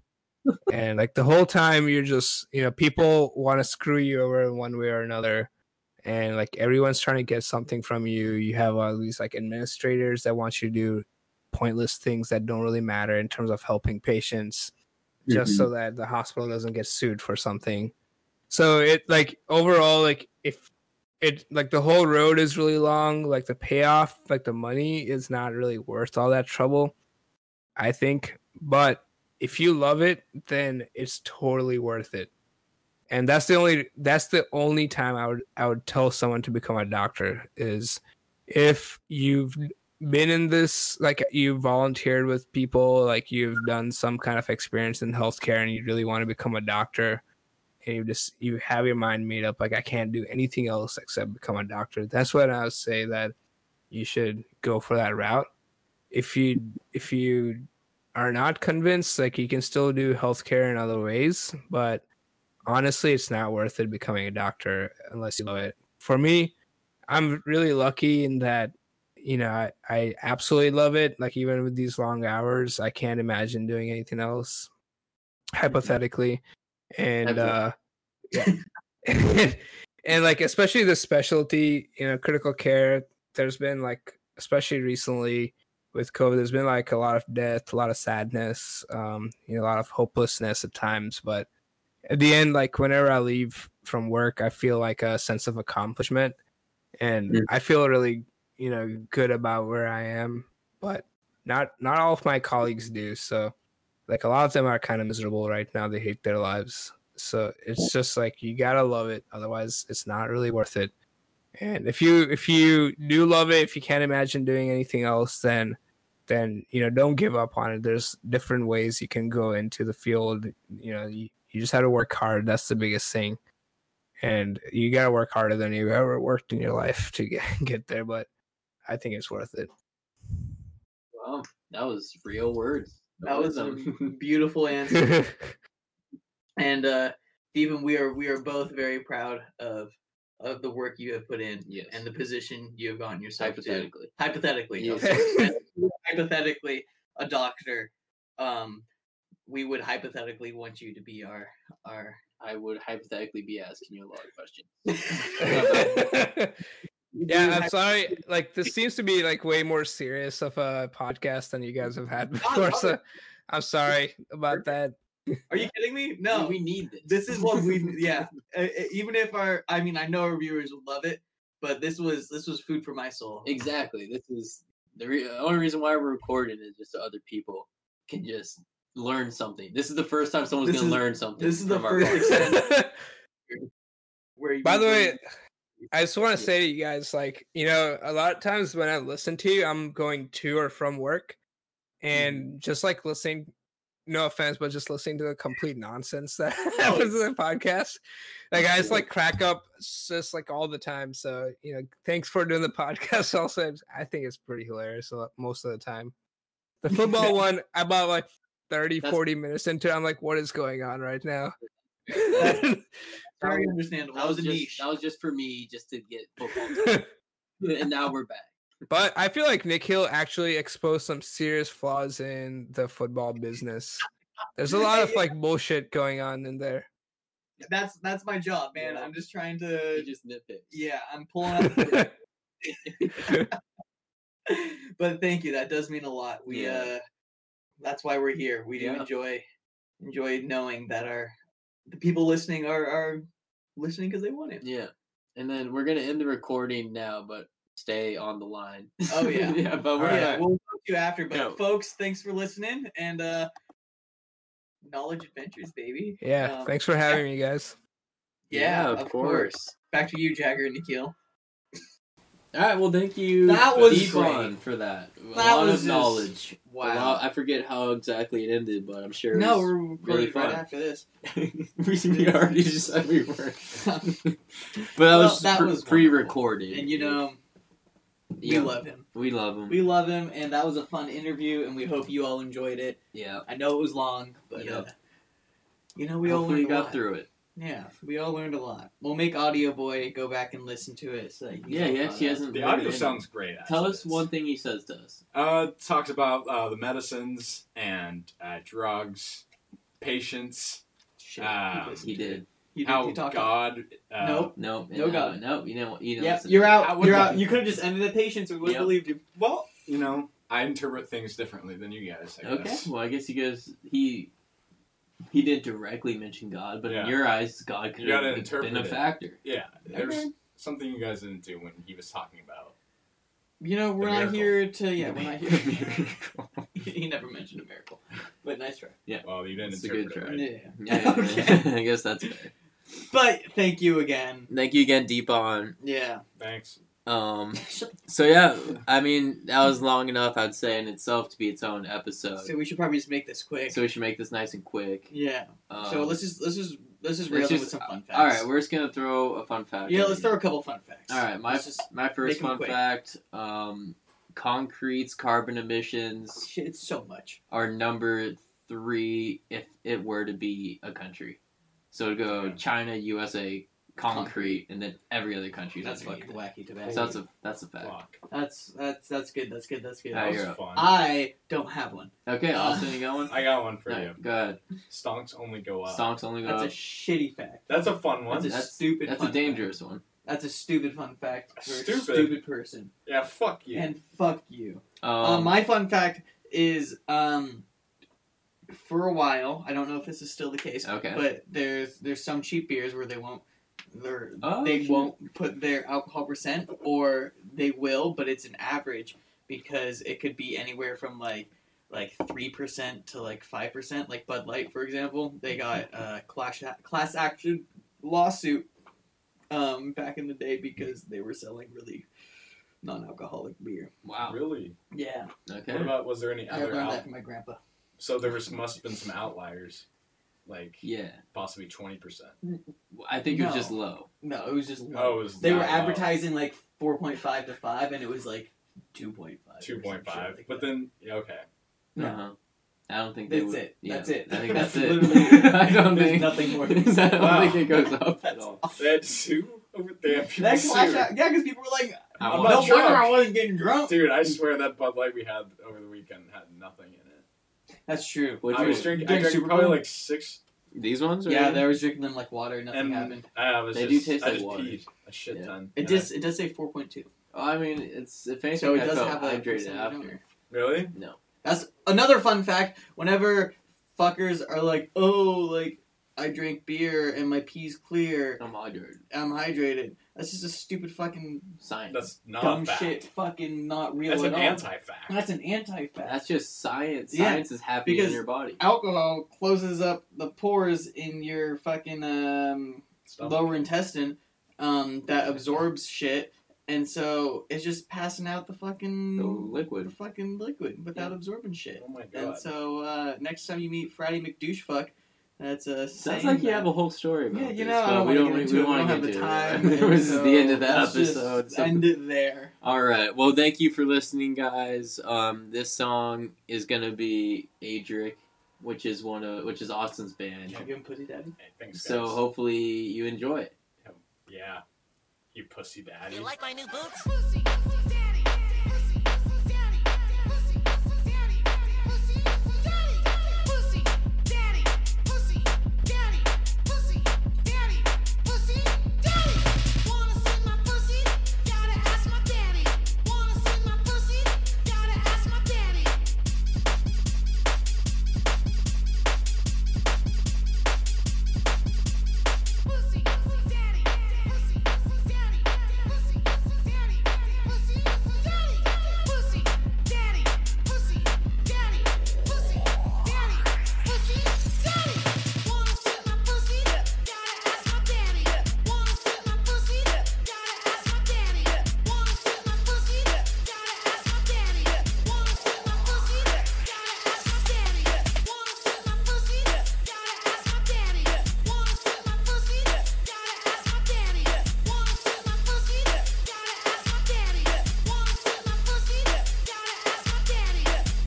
Speaker 6: and like the whole time you're just you know people want to screw you over in one way or another and like everyone's trying to get something from you you have all these like administrators that want you to do pointless things that don't really matter in terms of helping patients just so that the hospital doesn't get sued for something so it like overall like if it like the whole road is really long like the payoff like the money is not really worth all that trouble i think but if you love it, then it's totally worth it. And that's the only that's the only time I would I would tell someone to become a doctor is if you've been in this like you volunteered with people, like you've done some kind of experience in healthcare and you really want to become a doctor and you just you have your mind made up like I can't do anything else except become a doctor. That's when I would say that you should go for that route. If you if you are not convinced, like you can still do healthcare in other ways, but honestly, it's not worth it becoming a doctor unless you love it. For me, I'm really lucky in that, you know, I, I absolutely love it. Like even with these long hours, I can't imagine doing anything else, hypothetically. And
Speaker 3: Ever.
Speaker 6: uh yeah. and, like especially the specialty, you know, critical care, there's been like especially recently, with COVID, there's been like a lot of death, a lot of sadness, um, you know, a lot of hopelessness at times. But at the end, like whenever I leave from work, I feel like a sense of accomplishment, and
Speaker 3: Mm.
Speaker 6: I feel really, you know, good about where I am. But not not all of my colleagues do. So, like a lot of them are kind of miserable right now. They hate their lives. So it's just like you gotta love it. Otherwise, it's not really worth it. And if you if you do love it, if you can't imagine doing anything else, then then you know don't give up on it there's different ways you can go into the field you know you, you just have to work hard that's the biggest thing and you got to work harder than you've ever worked in your life to get, get there but i think it's worth it
Speaker 3: Wow, that was real words. No
Speaker 4: That was a
Speaker 3: wisdom.
Speaker 4: beautiful answer. and uh Steven, we are we are both very proud of of the work you have put in
Speaker 3: Yes.
Speaker 4: and the position you have gotten yourself to.
Speaker 3: hypothetically.
Speaker 4: Hypothetically, I'm
Speaker 3: Yes.
Speaker 4: sorry. hypothetically, a doctor, um, we would hypothetically want you to be our our.
Speaker 3: I would hypothetically be asking you a lot of questions.
Speaker 6: yeah i'm sorry like this seems to be like way more serious of a podcast than you guys have had before so i'm sorry about that
Speaker 4: Are you kidding me?
Speaker 3: We-
Speaker 4: No,
Speaker 3: we need this.
Speaker 4: this is what we yeah. uh, uh, Even if our, I mean, I know our viewers would love it, but this was this was food for my soul.
Speaker 3: exactly. This is the re- only reason why we're recording is just so other people can just learn something. This is the first time someone's
Speaker 4: This
Speaker 3: gonna
Speaker 4: is-
Speaker 3: learn something.
Speaker 4: this is the
Speaker 3: from our
Speaker 4: first
Speaker 3: podcast.
Speaker 4: extent- Where you
Speaker 6: By the
Speaker 4: learn-
Speaker 6: way, I just want to say to you guys, like, you know, a lot of times when I listen to you, I'm going to or from work, and just like listening, no offense, but just listening to the complete nonsense that happens in the podcast, like I just like crack up s- just like all the time. So you know, thanks for doing the podcast. Also, it's- I think it's pretty hilarious a lot- most of the time. The football one, I about like 30,
Speaker 3: That's-
Speaker 6: 40 minutes into, it, I'm like, what is going on right now?
Speaker 4: very understandable.
Speaker 3: That was
Speaker 4: a
Speaker 3: just
Speaker 4: niche.
Speaker 3: that was just for me, just to get football. and now we're back.
Speaker 6: But I feel like Nick Hill actually exposed some serious flaws in the football business. There's a lot of like bullshit going on in there.
Speaker 4: that's that's my job, man.
Speaker 3: Yeah.
Speaker 4: I'm just trying
Speaker 3: You
Speaker 4: to.
Speaker 3: just nitpick.
Speaker 4: Yeah, I'm pulling out. but thank you. That does mean a lot. We
Speaker 3: Yeah.
Speaker 4: uh that's why we're here. We do
Speaker 3: Yeah.
Speaker 4: enjoy enjoy knowing that our the people listening are are listening because they want it.
Speaker 3: Yeah. And then we're gonna end the recording now, but stay on the line.
Speaker 4: Oh, yeah.
Speaker 3: yeah, but we're
Speaker 5: All
Speaker 4: Yeah,
Speaker 5: right.
Speaker 4: we'll talk to you after. But
Speaker 3: Yeah.
Speaker 4: folks, thanks for listening and uh knowledge adventures, baby.
Speaker 6: yeah,
Speaker 4: Um,
Speaker 6: thanks for having me, guys.
Speaker 4: Yeah, of, course. Back to you, Jagger and Nikhil.
Speaker 3: All right. Well, thank you.
Speaker 4: That was
Speaker 3: Devon,
Speaker 4: great.
Speaker 3: for that. A
Speaker 4: That
Speaker 3: lot
Speaker 4: was
Speaker 3: of
Speaker 4: just-
Speaker 3: knowledge. A lot- I forget how exactly it ended, but I'm sure.
Speaker 4: No,
Speaker 3: it
Speaker 4: we're
Speaker 3: really
Speaker 4: really right
Speaker 3: fun.
Speaker 4: after this.
Speaker 3: was, we already decided we were. but that
Speaker 4: Well,
Speaker 3: was
Speaker 4: that
Speaker 3: pre-
Speaker 4: was wonderful.
Speaker 3: pre-recorded,
Speaker 4: And you know,
Speaker 3: yeah,
Speaker 4: we love him.
Speaker 3: we love him.
Speaker 4: We love him, and that was a fun interview, and we hope you all enjoyed it.
Speaker 3: yeah,
Speaker 4: I know it was long, but
Speaker 3: Yep.
Speaker 4: uh, you know we all
Speaker 3: Hopefully
Speaker 4: learned
Speaker 3: we
Speaker 4: a
Speaker 3: got
Speaker 4: lot.
Speaker 3: through it.
Speaker 4: Yeah, we all learned a lot. We'll make Audio Boy go back and listen to it. So that you can
Speaker 3: Yeah,
Speaker 4: get
Speaker 3: he
Speaker 4: caught
Speaker 3: actually
Speaker 4: up.
Speaker 3: hasn't.
Speaker 5: The
Speaker 3: learned
Speaker 5: audio
Speaker 3: anything.
Speaker 5: sounds great. Actually.
Speaker 3: Tell us
Speaker 5: It's-
Speaker 3: one thing he says to us.
Speaker 5: Uh, talks about uh, the medicines and uh, drugs, patients,
Speaker 4: Shit,
Speaker 5: Um,
Speaker 4: you listened
Speaker 3: Ah, He Oh,
Speaker 4: to it.
Speaker 3: did.
Speaker 4: You, did,
Speaker 5: how
Speaker 4: you talked.
Speaker 5: God. Uh,
Speaker 4: Nope.
Speaker 3: No,
Speaker 4: No, God.
Speaker 3: no. You know, you know.
Speaker 4: Yeah, you're
Speaker 5: I
Speaker 4: out.
Speaker 5: would
Speaker 4: You're
Speaker 5: like-
Speaker 4: out. You could have just ended the patience. We would
Speaker 3: Yep.
Speaker 4: have believed you.
Speaker 5: Well, you know, I interpret things differently than you guys. I
Speaker 3: Okay.
Speaker 5: guess.
Speaker 3: Well, I guess he goes. He he didn't directly mention God, but in
Speaker 5: Yeah.
Speaker 3: your eyes, God could
Speaker 5: You gotta
Speaker 3: have been a
Speaker 5: interpret it.
Speaker 3: factor.
Speaker 5: Yeah, there's
Speaker 3: Okay.
Speaker 5: something you guys didn't do when he was talking about.
Speaker 4: You know, we're not
Speaker 5: miracle.
Speaker 4: here to. Yeah,
Speaker 3: The
Speaker 4: we're not
Speaker 3: mi-
Speaker 4: here.
Speaker 3: miracle.
Speaker 4: he never mentioned a miracle, but nice try.
Speaker 5: Well, you didn't
Speaker 3: It's a good
Speaker 5: interpret it. Right?
Speaker 4: Yeah.
Speaker 3: Yeah,
Speaker 4: Okay.
Speaker 3: I guess that's fair.
Speaker 4: But thank you again.
Speaker 3: Thank you again, Deepon.
Speaker 4: Yeah.
Speaker 5: Thanks.
Speaker 3: Um, so yeah, I mean that was long enough, I'd say, in itself to be its own episode.
Speaker 4: So we should probably just make this quick.
Speaker 3: Uh, So we should make this nice and quick.
Speaker 4: yeah.
Speaker 3: Um,
Speaker 4: so let's just let's just let's just
Speaker 3: let's
Speaker 4: rail them with
Speaker 3: just-
Speaker 4: some fun facts.
Speaker 3: All right, we're just gonna throw a fun fact.
Speaker 4: Yeah,
Speaker 3: in
Speaker 4: let's
Speaker 3: here.
Speaker 4: throw a couple fun facts.
Speaker 3: All right, my
Speaker 4: Let's just,
Speaker 3: my first
Speaker 4: make 'em
Speaker 3: fun
Speaker 4: quick.
Speaker 3: fact: um, concrete's carbon emissions
Speaker 4: shit, it's so much.
Speaker 3: are number three if it were to be a country. So it'd go
Speaker 5: Okay.
Speaker 3: China, USA, concrete, and then every other country.
Speaker 4: That's
Speaker 3: underneath
Speaker 4: fucking wacky
Speaker 3: it.
Speaker 4: tobacco.
Speaker 3: So that's a that's a fact.
Speaker 5: Fuck.
Speaker 4: That's that's that's good. That's good. That's good.
Speaker 3: Yeah,
Speaker 5: That was
Speaker 3: you're up. Ah.
Speaker 5: fun.
Speaker 4: I don't have one.
Speaker 3: Okay,
Speaker 4: Uh,
Speaker 3: Austin, you got one?
Speaker 5: I got one for
Speaker 3: No,
Speaker 5: you.
Speaker 3: Go ahead.
Speaker 5: Stonks only go up.
Speaker 3: Stonks only go
Speaker 4: That's a
Speaker 3: up.
Speaker 4: shitty fact.
Speaker 5: That's a fun one.
Speaker 4: That's a
Speaker 3: That's-
Speaker 4: stupid.
Speaker 3: That's
Speaker 4: fun
Speaker 3: a
Speaker 4: fact.
Speaker 3: dangerous one.
Speaker 4: That's a stupid fun fact for a
Speaker 5: Stupid.
Speaker 4: stupid person.
Speaker 5: yeah, fuck you.
Speaker 4: And fuck you.
Speaker 3: Um,
Speaker 4: Uh, my fun fact is um, for a while. I don't know if this is still the case,
Speaker 3: okay.
Speaker 4: but there's there's some cheap beers where they won't they're,
Speaker 3: Oh,
Speaker 4: they
Speaker 3: shit.
Speaker 4: won't put their alcohol percent or they will, but it's an average because it could be anywhere from like like three percent to like five percent. Like Bud Light, for example, they got a class a- class action lawsuit um, back in the day because they were selling really non-alcoholic beer.
Speaker 3: Wow.
Speaker 5: Really?
Speaker 4: Yeah,
Speaker 5: What
Speaker 3: Okay.
Speaker 5: about? Was there any
Speaker 4: I learned
Speaker 5: other?
Speaker 4: that
Speaker 5: Out-
Speaker 4: from my grandpa.
Speaker 5: so there was must have been some outliers, like
Speaker 3: Yeah.
Speaker 5: possibly twenty percent.
Speaker 3: I think it was just
Speaker 4: No.
Speaker 3: low.
Speaker 4: No, it was just low.
Speaker 5: Oh, it was
Speaker 4: They were
Speaker 5: that low.
Speaker 4: advertising like 4.5 to 5, and it was like 2.5. or
Speaker 5: two point
Speaker 4: some
Speaker 5: five.
Speaker 4: shit like
Speaker 5: But
Speaker 4: that.
Speaker 5: then, yeah, okay.
Speaker 4: No.
Speaker 3: Uh-huh. I don't think they
Speaker 4: That's
Speaker 3: would-
Speaker 4: it.
Speaker 3: yeah,
Speaker 4: That's it.
Speaker 3: I think that's,
Speaker 4: That's
Speaker 3: it.
Speaker 4: literally-
Speaker 3: I don't
Speaker 4: there's
Speaker 3: think
Speaker 4: nothing more.
Speaker 3: I don't
Speaker 5: Wow.
Speaker 3: think it goes up at all.
Speaker 5: They had two over there. People
Speaker 4: That clash
Speaker 5: sued.
Speaker 4: out, yeah, because people were like,
Speaker 3: I
Speaker 5: I'm
Speaker 4: no
Speaker 3: want-
Speaker 5: not
Speaker 4: wonder
Speaker 5: drunk.
Speaker 4: I wasn't getting drunk.
Speaker 5: Dude, I swear that Bud Light we had over the weekend had nothing in it.
Speaker 4: That's true.
Speaker 3: What'd
Speaker 5: I
Speaker 3: you
Speaker 5: was
Speaker 3: eat?
Speaker 5: drinking. I
Speaker 4: During
Speaker 5: drank
Speaker 4: Super
Speaker 5: probably
Speaker 4: Bowl?
Speaker 5: like six.
Speaker 3: These ones?
Speaker 4: Yeah,
Speaker 3: right?
Speaker 4: they was drinking them like water. Nothing
Speaker 5: And
Speaker 4: happened.
Speaker 5: I was
Speaker 3: They do
Speaker 5: just,
Speaker 3: taste
Speaker 5: I
Speaker 3: like
Speaker 5: just
Speaker 3: water.
Speaker 5: peed a shit
Speaker 3: Yeah.
Speaker 5: ton.
Speaker 4: It
Speaker 5: And
Speaker 4: does. It does say 4.2.
Speaker 3: Well, I mean, it's if anything,
Speaker 4: So it
Speaker 3: I
Speaker 4: does
Speaker 3: felt
Speaker 4: have a
Speaker 3: hydrated
Speaker 4: percentage on
Speaker 3: after.
Speaker 4: there.
Speaker 5: I- really?
Speaker 3: No,
Speaker 4: That's another fun fact. Whenever fuckers are like, oh, like I drank beer and my pee's clear,
Speaker 3: I'm hydrated.
Speaker 4: I'm hydrated. That's just a stupid fucking
Speaker 3: Science. That's,
Speaker 7: That's not
Speaker 4: dumb
Speaker 7: a fact.
Speaker 4: shit. Fucking not real
Speaker 7: That's
Speaker 4: at
Speaker 7: an
Speaker 4: all.
Speaker 7: anti-fact.
Speaker 4: That's an anti-fact.
Speaker 3: just science.
Speaker 4: Yeah,
Speaker 3: Science is happening in
Speaker 4: because-
Speaker 3: your body.
Speaker 4: Alcohol closes up the pores in your fucking um,
Speaker 7: Stop.
Speaker 4: lower intestine um, that absorbs shit, and so it's just passing out the fucking
Speaker 3: The
Speaker 4: the
Speaker 3: liquid.
Speaker 4: fucking liquid without absorbing shit.
Speaker 7: Oh my
Speaker 4: And
Speaker 7: god.
Speaker 4: so uh, next time you meet Friday McDouchefuck, that's a
Speaker 3: Sounds like you have a whole story about
Speaker 4: Yeah, you
Speaker 3: this,
Speaker 4: know, I
Speaker 3: but we
Speaker 4: don't wanna
Speaker 3: don't,
Speaker 4: get
Speaker 3: re-
Speaker 4: into
Speaker 3: we
Speaker 4: it. We
Speaker 3: wanna
Speaker 4: don't have
Speaker 3: get
Speaker 4: the
Speaker 3: into
Speaker 4: time.
Speaker 3: It. this is
Speaker 4: so
Speaker 3: the end of the
Speaker 4: let's just
Speaker 3: episode. so-
Speaker 4: End it there.
Speaker 3: All right. Well, thank you for listening, guys. Um, this song is gonna be Adric, which is one of which is Austin's band.
Speaker 4: Have you put it down?
Speaker 7: Hey, thanks,
Speaker 3: So
Speaker 7: guys.
Speaker 3: hopefully you enjoy it.
Speaker 7: yeah, you pussy daddy.
Speaker 8: You like my new boots?